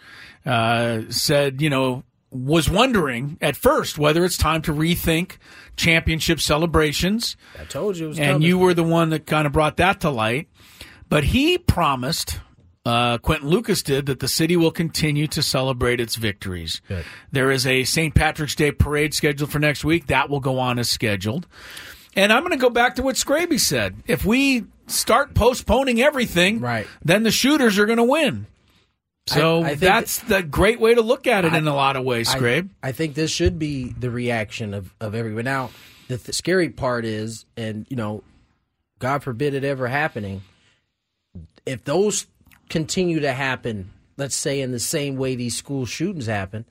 Speaker 2: uh, said, you know, was wondering at first whether it's time to rethink championship celebrations.
Speaker 3: I told you, it was
Speaker 2: and
Speaker 3: coming.
Speaker 2: you were the one that kind of brought that to light. But he promised, uh, Quentin Lucas did, that the city will continue to celebrate its victories. There is a St. Patrick's Day parade scheduled for next week. That will go on as scheduled. And I'm going to go back to what Scraby said. If we start postponing everything, right. then the shooters are going to win. So
Speaker 3: I think-
Speaker 2: that's the great way to look at it in a lot of ways,
Speaker 3: I-
Speaker 2: Scrabe.
Speaker 3: I, think this should be the reaction of, of everyone. Now, the th- scary part is, and you know, God forbid it ever happening. If those continue to happen, let's say in the same way these school shootings happen,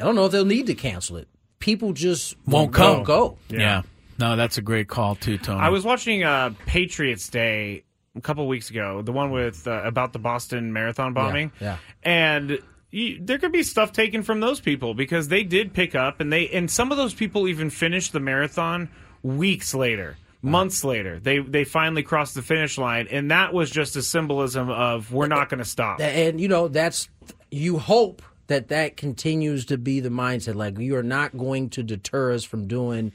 Speaker 3: I don't know if they'll need to cancel it. People just
Speaker 2: Won't come.
Speaker 3: won't go.
Speaker 2: Yeah. No, that's a great call too, Tony.
Speaker 1: I was watching uh, Patriots Day a couple weeks ago, the one with uh, about the Boston Marathon bombing.
Speaker 3: yeah.
Speaker 1: and you, there could be stuff taken from those people because they did pick up and they and some of those people even finished the marathon weeks later,
Speaker 2: Uh-huh.
Speaker 1: months later, they they finally crossed the finish line, and that was just a symbolism of we're not going to stop.
Speaker 3: And you know, that's you hope that that continues to be the mindset. Like you are not going to deter us from doing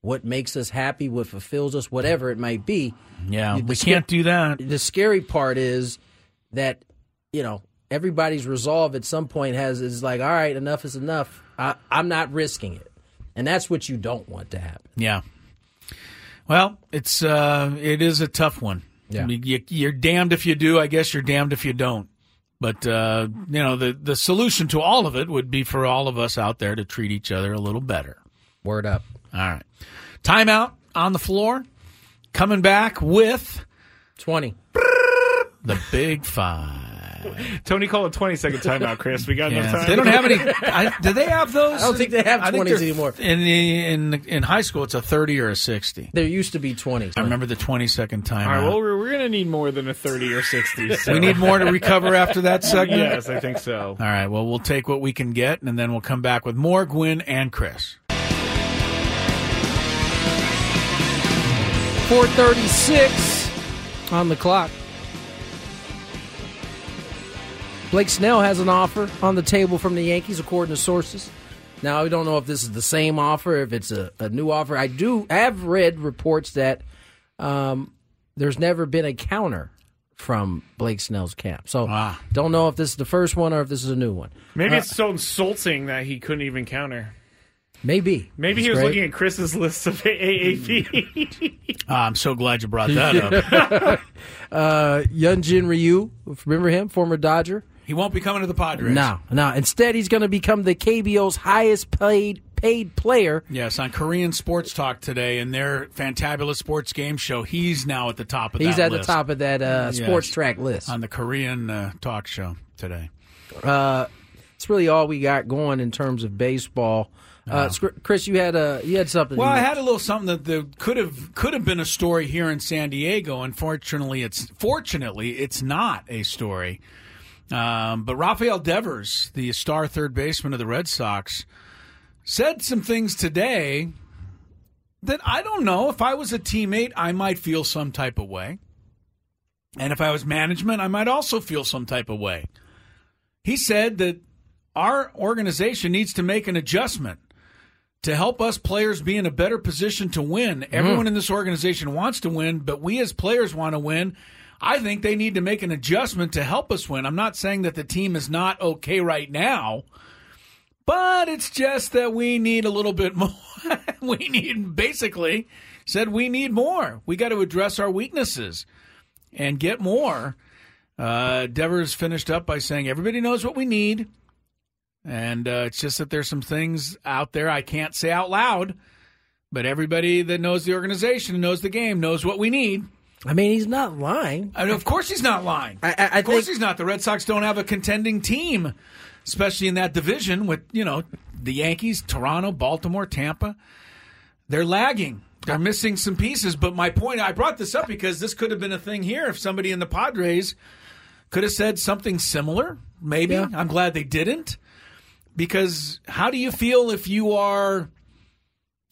Speaker 3: what makes us happy, what fulfills us, whatever it might be.
Speaker 2: Yeah,
Speaker 3: The
Speaker 2: we
Speaker 3: sca-
Speaker 2: can't do that.
Speaker 3: The scary part is that you know everybody's resolve at some point has is like, all right, enough is enough. I, I'm not risking it, and that's what you don't want to happen.
Speaker 2: Yeah. Well, it's uh, it is a tough one.
Speaker 3: Yeah.
Speaker 2: I mean, you, you're damned if you do. I guess you're damned if you don't. But uh, you know, the the solution to all of it would be for all of us out there to treat each other a little better.
Speaker 3: Word up.
Speaker 2: All right. Timeout on the floor. Coming back with
Speaker 3: twenty.
Speaker 2: The big five.
Speaker 1: Tony called a 20 second timeout, Chris. We got
Speaker 2: Yeah.
Speaker 1: enough time.
Speaker 2: They don't have any. I, do they have those?
Speaker 3: I don't think they have
Speaker 2: I think
Speaker 3: 20s
Speaker 2: they're-
Speaker 3: anymore.
Speaker 2: In the, in in high school, it's a thirty or a sixty.
Speaker 3: There used to be twenty.
Speaker 2: I remember the twenty second
Speaker 1: All right,
Speaker 2: timeout.
Speaker 1: well, we're, we're going to need more than a 30 or 60. so-
Speaker 2: We need more to recover after that segment?
Speaker 1: Yes, I think so.
Speaker 2: All right. Well, we'll take what we can get, and then we'll come back with more Gwen and Chris.
Speaker 3: 436 on the clock. Blake Snell has an offer on the table from the Yankees, according to sources. Now, we don't know if this is the same offer, if it's a, a new offer. I do I have read reports that um, there's never been a counter from Blake Snell's camp. So, don't know if this is the first one or if this is a new one.
Speaker 1: Maybe
Speaker 3: Uh,
Speaker 1: it's so insulting that he couldn't even counter.
Speaker 3: maybe.
Speaker 1: Maybe he
Speaker 3: That's
Speaker 1: was
Speaker 3: great.
Speaker 1: looking at Chris's list of AAV.
Speaker 2: Ah, I'm so glad you brought that up.
Speaker 3: uh, Yunjin Ryu, remember him, former Dodger.
Speaker 2: He won't be coming to the Padres.
Speaker 3: No, no. Instead, he's going to become the KBO's highest paid paid player.
Speaker 2: Yes, on Korean Sports Talk today in their Fantabulous Sports Game Show, he's now at the top of
Speaker 3: He's
Speaker 2: that
Speaker 3: at the
Speaker 2: list.
Speaker 3: top of that, uh, sports track list.
Speaker 2: On the Korean uh, talk show today.
Speaker 3: Uh, it's really all we got going in terms of baseball. Uh, Scr- Chris, you had a you had something.
Speaker 2: Well,
Speaker 3: you
Speaker 2: I had a little something that the, could have could have been a story here in San Diego. Unfortunately, it's fortunately it's not a story. Um, but Rafael Devers, the star third baseman of the Red Sox, said some things today that I don't know if I was a teammate, I might feel some type of way, and if I was management, I might also feel some type of way. He said that our organization needs to make an adjustment to help us players be in a better position to win. Everyone in this organization wants to win, but we as players want to win. I think they need to make an adjustment to help us win. I'm not saying that the team is not okay right now, but it's just that we need a little bit more. we need basically said we need more. We got to address our weaknesses and get more. Uh, Devers finished up by saying, "Everybody knows what we need, and uh, it's just that there's some things out there I can't say out loud, but everybody that knows the organization, knows the game, knows what we need."
Speaker 3: I mean, he's not lying.
Speaker 2: And of course, he's not lying. of course, he's not. The Red Sox don't have a contending team, especially in that division with you know the Yankees, Toronto, Baltimore, Tampa. They're lagging. They're missing some pieces. But my point, I brought this up because this could have been a thing here if somebody in the Padres could have said something similar. Maybe I'm glad they didn't. Because how do you feel if you are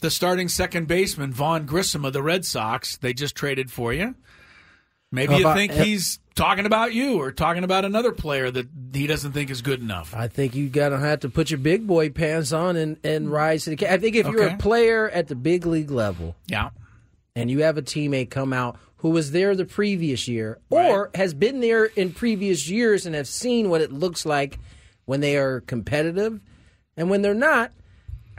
Speaker 2: the starting second baseman Vaughn Grissom of the Red Sox? They just traded for you. Maybe
Speaker 3: If
Speaker 2: you
Speaker 3: I-
Speaker 2: think
Speaker 3: if-
Speaker 2: he's talking about you or talking about another player that he doesn't think is good enough.
Speaker 3: I think you gotta have to put your big boy pants on and, and rise to the. Ca- I think if you're
Speaker 2: Okay.
Speaker 3: a player at the big league level,
Speaker 2: Yeah.
Speaker 3: and you have a teammate come out who was there the previous year or has been there in previous years and have seen what it looks like when they are competitive and when they're not,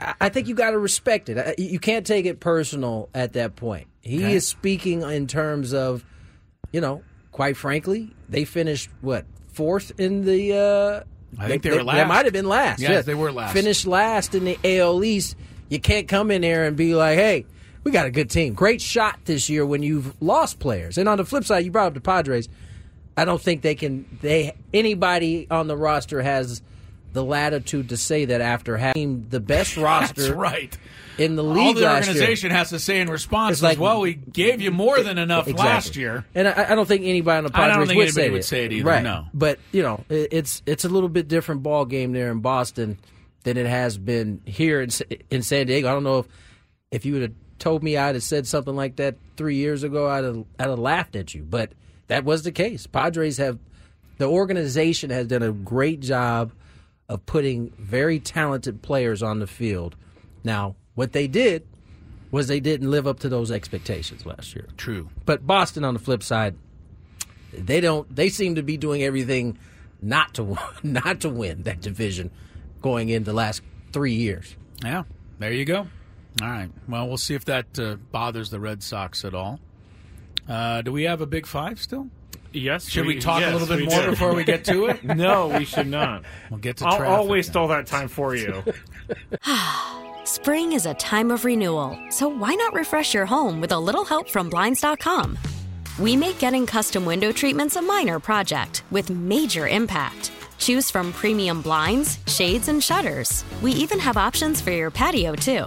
Speaker 3: I I think you got to respect it. I- You can't take it personal at that point. He
Speaker 2: Okay.
Speaker 3: is speaking in terms of, you know, quite frankly, they finished what fourth in the. Uh,
Speaker 2: I think they were
Speaker 3: They
Speaker 2: last.
Speaker 3: might have been last.
Speaker 2: Yes,
Speaker 3: yes.
Speaker 2: they were last.
Speaker 3: Finished last in the AL East. You can't come in there and be like, "Hey, we got a good team, great shot this year." When you've lost players, and on the flip side, you brought up the Padres. I don't think they can. They anybody on the roster has the latitude to say that after having the best roster
Speaker 2: That's right.
Speaker 3: in the league
Speaker 2: All the
Speaker 3: last year.
Speaker 2: organization has to say in response
Speaker 3: It's like-
Speaker 2: is, well, we gave you more than enough
Speaker 3: Exactly.
Speaker 2: last year.
Speaker 3: And I, I don't think anybody on the
Speaker 2: I
Speaker 3: Padres
Speaker 2: don't think
Speaker 3: would,
Speaker 2: anybody
Speaker 3: say,
Speaker 2: would
Speaker 3: that.
Speaker 2: say it either,
Speaker 3: Right.
Speaker 2: no.
Speaker 3: But you know, it, it's it's a little bit different ball game there in Boston than it has been here in, Sa- in San Diego. I don't know if if you would have told me I'd have said something like that three years ago, I'd have, I'd have laughed at you. But that was the case. Padres have, the organization has done a great job of putting very talented players on the field. Now, what they did was they didn't live up to those expectations last year.
Speaker 2: True.
Speaker 3: But Boston, on the flip side, they don't. They seem to be doing everything not to not to win that division going in the last three years.
Speaker 2: Yeah, there you go. All right. Well, we'll see if that uh, bothers the Red Sox at all. Uh, do we have a big five still?
Speaker 1: Yes.
Speaker 2: Should we talk a little bit
Speaker 1: we
Speaker 2: more
Speaker 1: do. Mm-hmm.
Speaker 2: before we get to it?
Speaker 1: no, we should not.
Speaker 2: We'll get to
Speaker 1: I'll, I'll
Speaker 2: traffic
Speaker 1: waste all that time for you.
Speaker 10: Spring is a time of renewal, so why not refresh your home with a little help from Blinds.com? We make getting custom window treatments a minor project with major impact. Choose from premium blinds, shades, and shutters. We even have options for your patio, too.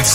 Speaker 4: It's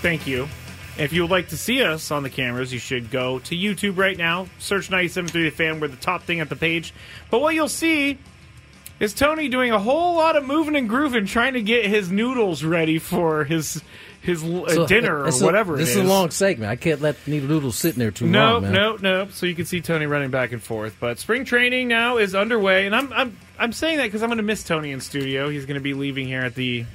Speaker 1: thank you. If you would like to see us on the cameras, you should go to YouTube right now, search 973 The Fan, we're the top thing at the page. But what you'll see is Tony doing a whole lot of moving and grooving trying to get his noodles ready for his his uh,
Speaker 3: So,
Speaker 1: dinner or
Speaker 3: it's a-
Speaker 1: whatever
Speaker 3: This
Speaker 1: it
Speaker 3: is.
Speaker 1: is.
Speaker 3: a long segment. I can't let Needle Noodles sitting there too
Speaker 1: no,
Speaker 3: long, man.
Speaker 1: no, no. So you can see Tony running back and forth. But spring training now is underway, and I'm I'm I'm saying that because I'm going to miss Tony in studio. He's going to be leaving here at the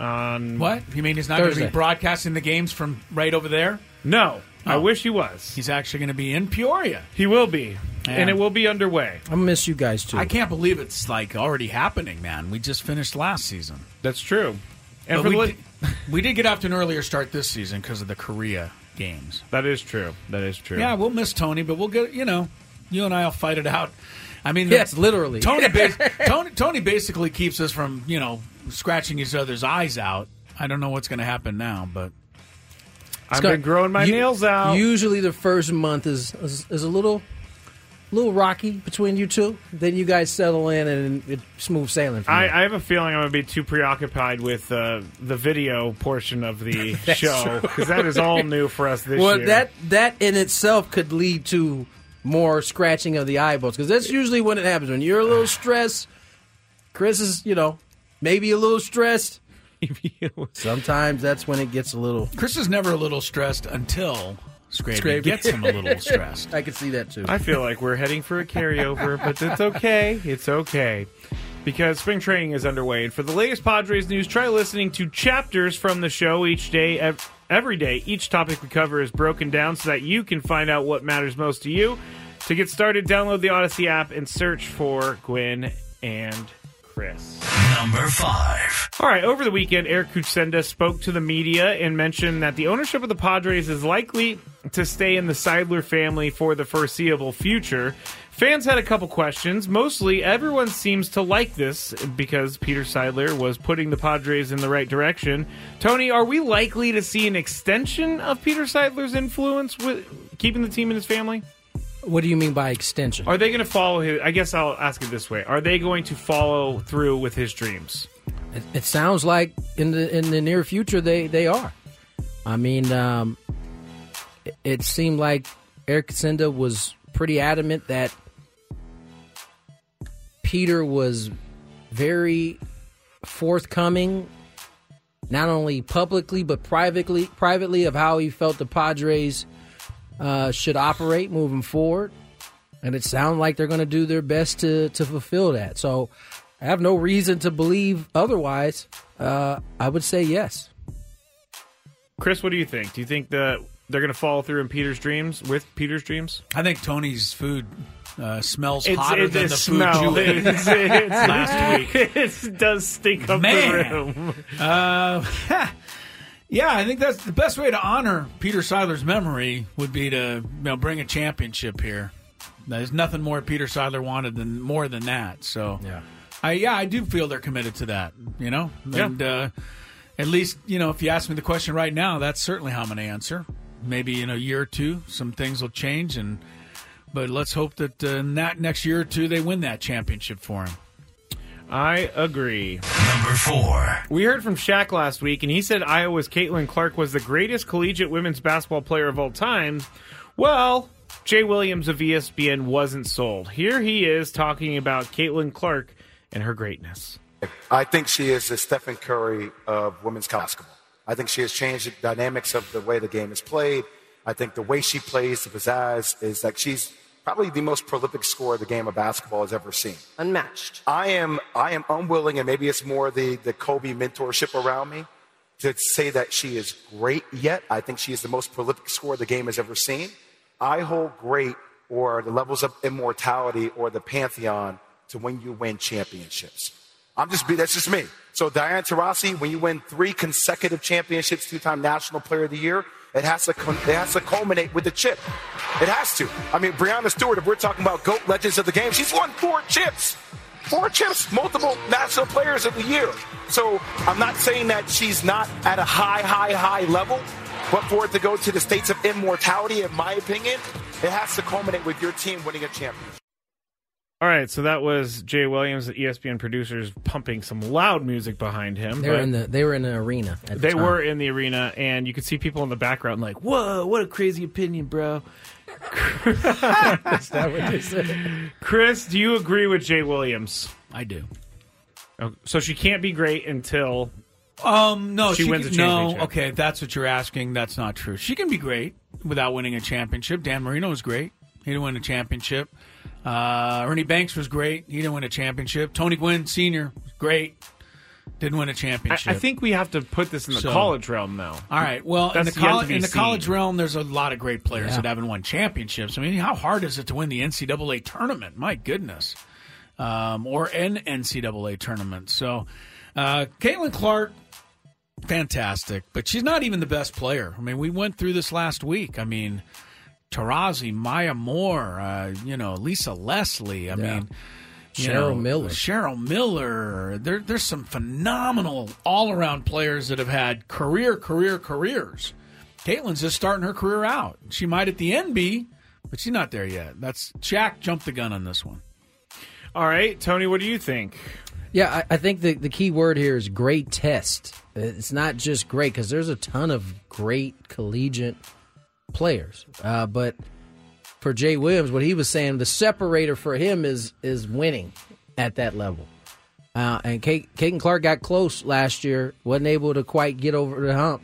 Speaker 1: on
Speaker 2: What? You mean he's not going to be
Speaker 1: Thursday.
Speaker 2: broadcasting the games from right over there?
Speaker 1: No.
Speaker 3: Oh.
Speaker 1: I wish he was.
Speaker 2: He's actually going to be in Peoria.
Speaker 1: He will be. And it will be underway.
Speaker 3: I miss you guys too.
Speaker 2: I can't believe it's like already happening, man. We just finished last season.
Speaker 1: That's true.
Speaker 2: And
Speaker 1: And for
Speaker 2: we,
Speaker 1: the li-
Speaker 2: did, we did get off to an earlier start this season because of the Korea games.
Speaker 1: That is true. That is true.
Speaker 2: Yeah, we'll miss Tony, but we'll get you know, you and I'll fight it out. I mean,
Speaker 3: Yes, literally.
Speaker 2: Tony, ba- Tony, Tony basically keeps us from you know scratching each other's eyes out. I don't know what's going to happen now, but
Speaker 3: It's got- u- Usually, the first month is, is is a little little rocky between you two. Then you guys settle in, and it's smooth sailing. From
Speaker 1: I,
Speaker 3: there.
Speaker 1: I have a feeling I'm going to be too preoccupied with uh, the video portion of the
Speaker 3: That's
Speaker 1: show
Speaker 3: true.
Speaker 1: because that is all new for us this
Speaker 3: well,
Speaker 1: year.
Speaker 3: that that in itself could lead to more scratching of the eyeballs because that's usually when it happens. When you're a little stressed, Chris is, you know, maybe a little stressed. Sometimes that's when it gets a little.
Speaker 2: Chris is never a little stressed until Scraby,
Speaker 3: Scraby.
Speaker 2: gets him a little stressed.
Speaker 3: I can see that too.
Speaker 1: I feel like we're heading for a carryover, but it's okay. It's okay. Because spring training is underway. And for the latest Padres news, try listening to chapters from the show each day ev- Every day, each topic we cover is broken down so that you can find out what matters most to you. To get started, download the Odyssey app and search for Gwen and Chris.
Speaker 4: Number five.
Speaker 1: All right, over the weekend, Eric Kutsenda spoke to the media and mentioned that the ownership of the Padres is likely to stay in the Seidler family for the foreseeable future. Fans had a couple questions. Mostly, everyone seems to like this because Peter Seidler was putting the Padres in the right direction. Tony, are we likely to see an extension of Peter Seidler's influence with keeping the team in his family?
Speaker 3: What do you mean by extension?
Speaker 1: Are they going to follow his? I guess I'll ask it this way: Are they going to follow through with his dreams?
Speaker 3: It, it sounds like in the in the near future they they are. I mean, um, it, it seemed like Eric Senda was pretty adamant that Peter was very forthcoming, not only publicly but privately privately of how he felt the Padres uh, should operate moving forward. And it sounds like they're going to do their best to, to fulfill that. So I have no reason to believe otherwise. Uh, I would say yes.
Speaker 1: Chris, what do you think? Do you think that they're going to follow through in Peter's dreams with Peter's dreams?
Speaker 2: I think Tony's food uh, smells
Speaker 1: It's-
Speaker 2: hotter
Speaker 1: it
Speaker 2: than the
Speaker 1: is
Speaker 2: food
Speaker 1: smell.
Speaker 2: you ate
Speaker 1: It's- it's-
Speaker 2: last week.
Speaker 1: It does stink up
Speaker 2: Man.
Speaker 1: the room.
Speaker 2: Uh, yeah, I think that's the best way to honor Peter Seidler's memory would be to you know, bring a championship here. There's nothing more Peter Seidler wanted than more than that. So yeah, I yeah I do feel they're committed to that. You know,
Speaker 1: Yeah.
Speaker 2: and uh, at least you know if you ask me the question right now, that's certainly how I'm going to answer. Maybe in a year or two, some things will change, and but let's hope that uh, in that next year or two they win that championship for him.
Speaker 1: I agree. Number
Speaker 4: four.
Speaker 1: We heard from Shaq last week, and he said Iowa's Caitlin Clark was the greatest collegiate women's basketball player of all time. Well, Jay Williams of E ESPN wasn't sold. Here he is talking about Caitlin Clark and her greatness.
Speaker 11: I think she is the Stephen Curry of women's basketball. I think she has changed the dynamics of the way the game is played. I think the way she plays, the pizzazz, is like she's probably the most prolific scorer the game of basketball has ever seen. Unmatched. I am, I am unwilling, and maybe it's more the, the Kobe mentorship around me, to say that she is great yet. I think she is the most prolific scorer the game has ever seen. I hold great or the levels of immortality or the pantheon to when you win championships. I'm just be that's just me. So Diane Taurasi, when you win three consecutive championships, two-time National Player of the Year, it has to con- it has to culminate with the chip. It has to. I mean, Brianna Stewart, if we're talking about goat legends of the game, she's won four chips, four chips, multiple National Players of the Year. So I'm not saying that she's not at a high, high, high level, but for it to go to the states of immortality, in my opinion, it has to culminate with your team winning a championship.
Speaker 1: All right, so that was Jay Williams, E the ESPN producers, pumping some loud music behind him.
Speaker 3: They were
Speaker 1: but-
Speaker 3: in the they were in the arena. At the
Speaker 1: They
Speaker 3: time.
Speaker 1: were in the arena, and you could see people in the background like, "Whoa, what a crazy opinion, bro." Is
Speaker 3: that what they said?
Speaker 1: Chris, do you agree with Jay Williams?
Speaker 2: I do.
Speaker 1: So she can't be great until
Speaker 2: Um, no,
Speaker 1: she,
Speaker 2: she,
Speaker 1: wins a
Speaker 2: can-
Speaker 1: championship.
Speaker 2: No, okay, if that's what you're asking. That's not true. She can be great without winning a championship. Dan Marino was great. He didn't win a championship. Uh, Ernie Banks was great. He didn't win a championship. Tony Gwynn Senior, was great. Didn't win a
Speaker 1: I,
Speaker 2: championship.
Speaker 1: I think we have to put this in the
Speaker 2: So-
Speaker 1: college realm, though.
Speaker 2: All right. Well, in the,
Speaker 1: That's yet
Speaker 2: coll-
Speaker 1: to be
Speaker 2: in the
Speaker 1: seen.
Speaker 2: college realm, there's a lot of great players
Speaker 1: Yeah.
Speaker 2: that haven't won championships. I mean, how hard is it to win the NCAA tournament? My goodness. Um, or an NCAA tournament. So, uh, Caitlin Clark, fantastic, but she's not even the best player. I mean, we went through this last week. I mean, Tarazi, Maya Moore, uh, you know, Lisa Leslie. I mean, you
Speaker 3: Cheryl
Speaker 2: know,
Speaker 3: Miller.
Speaker 2: Cheryl Miller. There, there's some phenomenal all around players that have had career, career, careers. Caitlin's just starting her career out. She might at the end be, but she's not there yet. That's Jack jumped the gun on this one.
Speaker 1: All right, Tony, what do you think?
Speaker 3: Yeah, I, I think the, the key word here is great test. It's not just great because there's a ton of great collegiate players, uh, but for Jay Williams, what he was saying, the separator for him is is winning at that level. Uh, and Kate, Kate and Clark got close last year, wasn't able to quite get over the hump.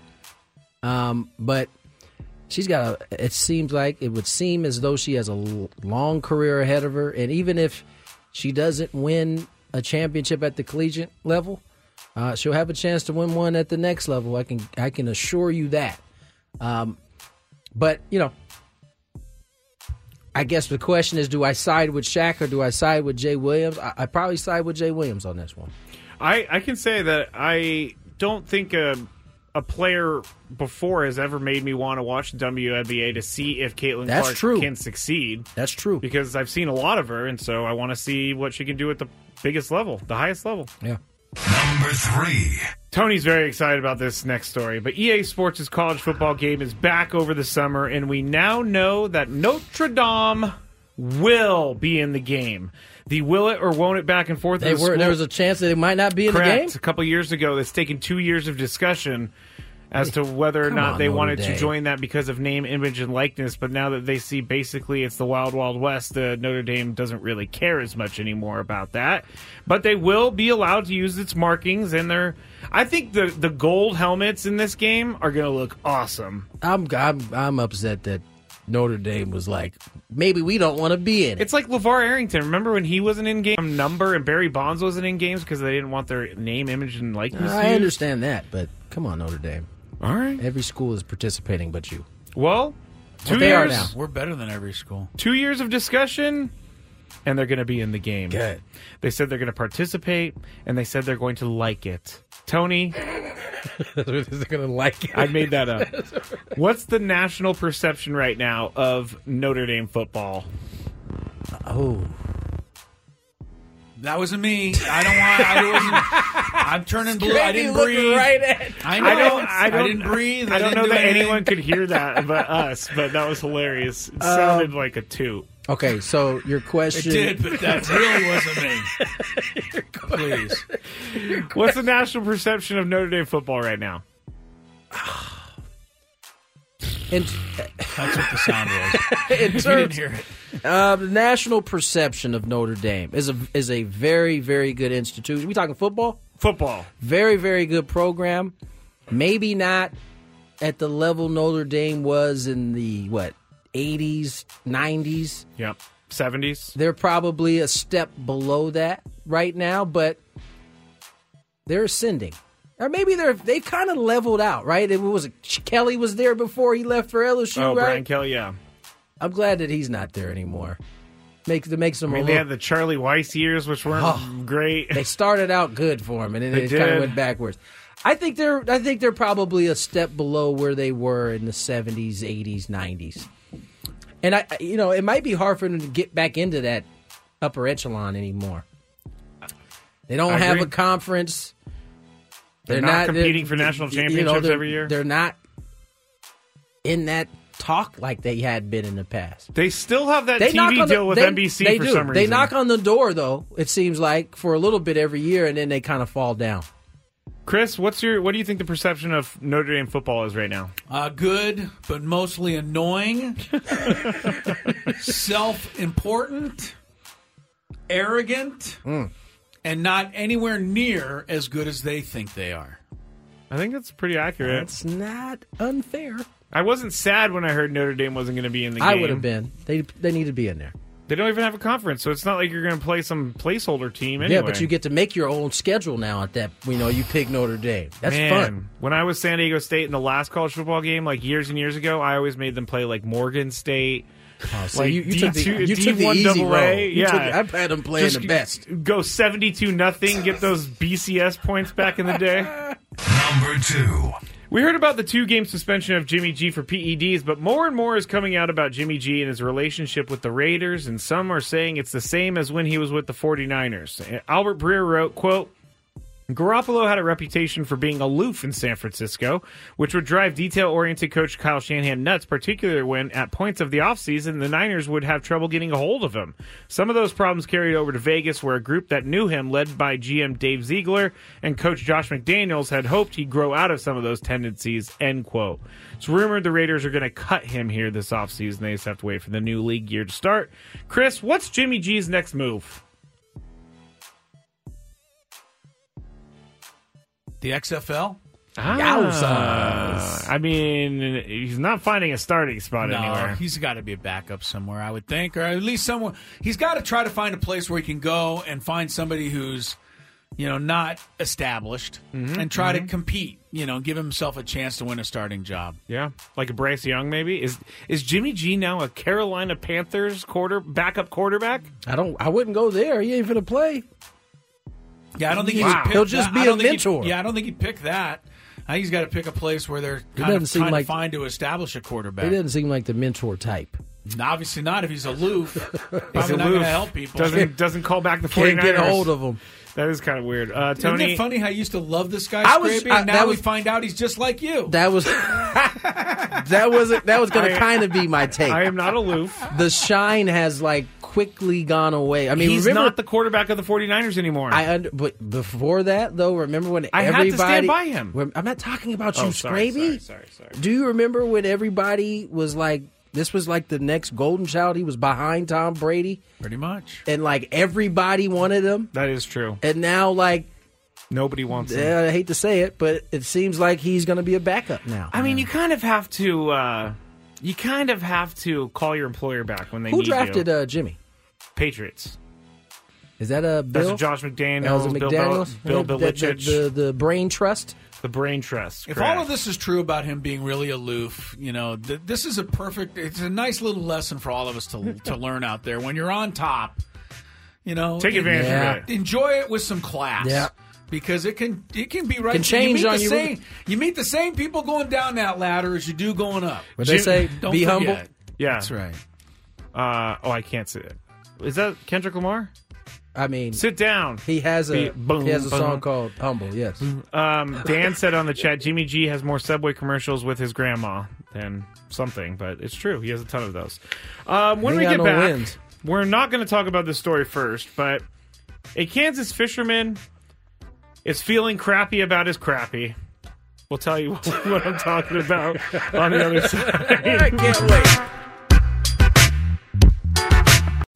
Speaker 3: Um, but she's got a. It seems like it would seem as though she has a l- long career ahead of her, and even if she doesn't win a championship at the collegiate level, uh, she'll have a chance to win one at the next level. I can I can assure you that. Um, but you know, I guess the question is, do I side with Shaq or do I side with Jay Williams? I, I probably side with Jay Williams on this one.
Speaker 1: I, I can say that I don't think a, a player before has ever made me want to watch WNBA to see if Caitlin
Speaker 3: That's
Speaker 1: Clark
Speaker 3: true.
Speaker 1: can succeed.
Speaker 3: That's true.
Speaker 1: Because I've seen a lot of her, and so I want to see what she can do at the biggest level, the highest level.
Speaker 3: Yeah.
Speaker 1: Number three. Tony's very excited about this next story, but EA Sports' college football game is back over the summer, and we now know that Notre Dame will be in the game. The will it or won't it back and forth.
Speaker 3: They
Speaker 1: in the
Speaker 3: were,
Speaker 1: school-
Speaker 3: there was a chance that they might not be in
Speaker 1: Correct.
Speaker 3: the
Speaker 1: A couple years ago, it's taken two years of discussion as to whether or
Speaker 3: Come
Speaker 1: not
Speaker 3: on,
Speaker 1: they
Speaker 3: Notre
Speaker 1: wanted to
Speaker 3: Dame.
Speaker 1: join that because of name, image, and likeness. But now that they see basically it's the wild, wild west, uh, Notre Dame doesn't really care as much anymore about that. But they will be allowed to use its markings and their. I think the the gold helmets in this game are going to look awesome.
Speaker 3: game. I'm I'm I'm upset that Notre Dame was like, maybe we don't want to be in it.
Speaker 1: It's like LeVar Arrington. Remember when he wasn't in game number and Barry Bonds wasn't in games because they didn't want their name, image, and likeness?
Speaker 3: I
Speaker 1: used?
Speaker 3: understand that, but come on, Notre Dame.
Speaker 1: All right.
Speaker 3: Every school is participating but you.
Speaker 1: Well, two
Speaker 3: they are
Speaker 1: years
Speaker 3: now.
Speaker 2: We're better than every school.
Speaker 1: two years of discussion and they're going to be in the game. They said they're going to participate and they said they're going to like it. Tony,
Speaker 3: they're going to like it.
Speaker 1: I made that up. What's the national perception right now of Notre Dame football?
Speaker 3: Oh,
Speaker 2: That wasn't me. I don't want. I wasn't. I'm turning blue. I
Speaker 1: Randy
Speaker 2: didn't
Speaker 1: looking
Speaker 2: breathe.
Speaker 1: right at-
Speaker 2: I, know.
Speaker 1: I don't. I, don't,
Speaker 2: didn't breathe.
Speaker 1: I don't
Speaker 2: didn't
Speaker 1: know
Speaker 2: do
Speaker 1: that
Speaker 2: anything.
Speaker 1: anyone could hear that but us. But that was hilarious. It
Speaker 3: Um,
Speaker 1: sounded like a toot.
Speaker 3: Okay, so your
Speaker 2: It
Speaker 3: question
Speaker 2: did, but that really wasn't me. Please.
Speaker 1: What's the national perception of Notre Dame football right now?
Speaker 3: And
Speaker 2: that's what the sound was.
Speaker 3: in
Speaker 2: You
Speaker 3: terms,
Speaker 2: didn't hear
Speaker 3: it. Uh, the national perception of Notre Dame is a is a very very good institution. We talking football?
Speaker 1: Football.
Speaker 3: Very very good program. Maybe not at the level Notre Dame was in the what eighties nineties.
Speaker 1: Yep, seventies.
Speaker 3: They're probably a step below that right now, but they're ascending. Or maybe they're they kind of leveled out, right? It was Kelly was there before he left for LSU,
Speaker 1: oh,
Speaker 3: right?
Speaker 1: Brian Kelly. Yeah.
Speaker 3: I'm glad that he's not there anymore. Makes that makes
Speaker 1: I
Speaker 3: them.
Speaker 1: mean,
Speaker 3: a
Speaker 1: they
Speaker 3: little,
Speaker 1: had the Charlie Weiss years, which weren't
Speaker 3: Oh.
Speaker 1: great.
Speaker 3: they started out good for him, and then
Speaker 1: They
Speaker 3: it kind
Speaker 1: did.
Speaker 3: of went backwards. I think they're I think they're probably a step below where they were in the 70s, 80s, 90s. And I, I- you know, it might be hard for them to get back into that upper echelon anymore. They don't
Speaker 1: I
Speaker 3: have
Speaker 1: agree.
Speaker 3: a conference.
Speaker 1: They're not competing for national
Speaker 3: you know,
Speaker 1: championships
Speaker 3: they're-
Speaker 1: every year.
Speaker 3: They're not in that talk like they had been in the past
Speaker 1: They still have that
Speaker 3: knock
Speaker 1: TV
Speaker 3: on
Speaker 1: deal with
Speaker 3: they-
Speaker 1: NBC
Speaker 3: they
Speaker 1: for
Speaker 3: do.
Speaker 1: some reason.
Speaker 3: They knock on the door though. It seems like for a little bit every year, and then they kind of fall down.
Speaker 1: Chris, what's your what do you think the perception of Notre Dame football is right now?
Speaker 2: Uh, good, but mostly annoying, self important, arrogant, and not anywhere near as good as they think they are.
Speaker 1: I think that's pretty accurate.
Speaker 3: That's not unfair.
Speaker 1: I wasn't sad when I heard Notre Dame wasn't going to be in the
Speaker 3: I
Speaker 1: game.
Speaker 3: would have been. They they need to be in there.
Speaker 1: They don't even have a conference, so it's not like you're going to play some placeholder team anyway.
Speaker 3: Yeah, but you get to make your own schedule now. At that, you know, you pick Notre Dame. That's
Speaker 1: Man,
Speaker 3: fun.
Speaker 1: When I was San Diego State in the last college football game, like years and years ago, I always made them play like Morgan State.
Speaker 3: so
Speaker 1: like
Speaker 3: you- you took the-
Speaker 1: D2
Speaker 3: you took the
Speaker 1: D1
Speaker 3: easy
Speaker 1: double A.
Speaker 3: road. You
Speaker 1: Yeah,
Speaker 3: took- I've had them playing
Speaker 1: Just
Speaker 3: the best.
Speaker 1: Go seventy-two nothing. Get those BCS points back in the day. Number two. We heard about the two-game suspension of Jimmy G for PEDs, but more and more is coming out about Jimmy G and his relationship with the Raiders, and some are saying it's the same as when he was with the 49ers. Albert Breer wrote, quote, Garoppolo had a reputation for being aloof in San Francisco, which would drive detail oriented coach Kyle Shanahan nuts, particularly when, at points of the offseason, the Niners would have trouble getting a hold of him. Some of those problems carried over to Vegas, where a group that knew him, led by GM Dave Ziegler and coach Josh McDaniels, had hoped he'd grow out of some of those tendencies. End quote. It's rumored the Raiders are going to cut him here this offseason. They just have to wait for the new league year to start. Chris, what's Jimmy G's next move?
Speaker 2: The XFL?
Speaker 1: Ah, I mean, he's not finding a starting spot
Speaker 2: no,
Speaker 1: anywhere.
Speaker 2: he's got to be a backup somewhere, I would think, or at least someone. He's got to try to find a place where he can go and find somebody who's, you know, not established, and try to compete. You know, give himself a chance to win a starting job.
Speaker 1: Yeah, like a Bryce Young, maybe is is Jimmy G now a Carolina Panthers quarter backup quarterback?
Speaker 3: I don't. I wouldn't go there. He ain't finna play.
Speaker 2: Yeah, I don't think he
Speaker 3: Wow.
Speaker 2: would pick
Speaker 3: He'll just
Speaker 2: that.
Speaker 3: be
Speaker 2: I don't
Speaker 3: a
Speaker 2: think he'd-
Speaker 3: mentor.
Speaker 2: yeah, I don't think he'd pick that. I think he's got to pick a place where they're kind
Speaker 3: doesn't
Speaker 2: of
Speaker 3: seem
Speaker 2: trying
Speaker 3: like-
Speaker 2: to find to establish a quarterback.
Speaker 3: He doesn't seem like the mentor type.
Speaker 2: Obviously not if he's aloof. Probably not going
Speaker 1: aloof.
Speaker 2: to help people.
Speaker 1: Doesn't doesn't call back the 49ers.
Speaker 3: Can't get a hold of him.
Speaker 1: That is kind of weird. Uh,
Speaker 2: Isn't
Speaker 1: Tony,
Speaker 2: it funny how you used to love this guy,
Speaker 3: I was-
Speaker 2: Scraby,
Speaker 3: I-
Speaker 2: and
Speaker 3: that
Speaker 2: now we
Speaker 3: was-
Speaker 2: find out he's just like you?
Speaker 3: That was that was that was going
Speaker 2: I-
Speaker 3: to kind of be my take. I
Speaker 1: am not aloof.
Speaker 3: The shine has like quickly gone away. I mean,
Speaker 1: he's
Speaker 3: remember,
Speaker 1: not the quarterback of the 49ers anymore.
Speaker 3: I under, but before that though, remember when
Speaker 1: I had to
Speaker 3: everybody
Speaker 1: stand by him.
Speaker 3: Rem- I'm not talking about
Speaker 1: Oh,
Speaker 3: you,
Speaker 1: sorry,
Speaker 3: Scraby.
Speaker 1: sorry, sorry,
Speaker 3: Do you remember when everybody was like, this was like the next golden child? He was behind Tom Brady,
Speaker 2: pretty much,
Speaker 3: and like everybody wanted him.
Speaker 1: that is true.
Speaker 3: And now, like,
Speaker 1: Nobody wants him.
Speaker 3: eh, I hate to say it, but it seems like he's going to be a backup now.
Speaker 1: I mean, you kind of have to. Uh, you kind of have to call your employer back when they
Speaker 3: Who
Speaker 1: need
Speaker 3: drafted
Speaker 1: you.
Speaker 3: uh, Jimmy?
Speaker 1: Patriots.
Speaker 3: Is that a Bill?
Speaker 1: That's a Josh McDaniels,
Speaker 3: That was a
Speaker 1: Bill
Speaker 3: McDaniels?
Speaker 1: Bel- Bill
Speaker 3: The- the-
Speaker 1: Belichick.
Speaker 3: The, the, brain trust.
Speaker 1: The brain trust.
Speaker 2: If all of this is true about him being really aloof, you know, th- this is a perfect. It's a nice little lesson for all of us to to learn out there. When you're on top, you know,
Speaker 1: Take advantage of
Speaker 2: en-
Speaker 1: it.
Speaker 2: Enjoy it with some class.
Speaker 1: Yeah.
Speaker 2: Because it can it can be right.
Speaker 3: Can change
Speaker 2: you meet
Speaker 3: on
Speaker 2: the
Speaker 3: you.
Speaker 2: Same, you meet the same people going down that ladder as you do going up.
Speaker 3: What they
Speaker 2: Jim-
Speaker 3: say,
Speaker 2: don't
Speaker 3: be
Speaker 2: forget.
Speaker 3: humble.
Speaker 1: Yeah,
Speaker 2: that's right.
Speaker 1: Uh, oh, I can't see it. Is that Kendrick Lamar?
Speaker 3: I mean,
Speaker 1: sit down.
Speaker 3: He has
Speaker 1: Be-
Speaker 3: a
Speaker 1: boom,
Speaker 3: he has a
Speaker 1: boom.
Speaker 3: song called Humble. Yes.
Speaker 1: Um, Dan said on the chat, Jimmy G has more Subway commercials with his grandma than something, but it's true. He has a ton of those. Um, when
Speaker 3: He
Speaker 1: we
Speaker 3: got
Speaker 1: get
Speaker 3: no
Speaker 1: back,
Speaker 3: wins.
Speaker 1: we're not going to talk about this story first, but a Kansas fisherman is feeling crappy about his crappy. We'll tell you what, what I'm talking about on the other side. I can't wait.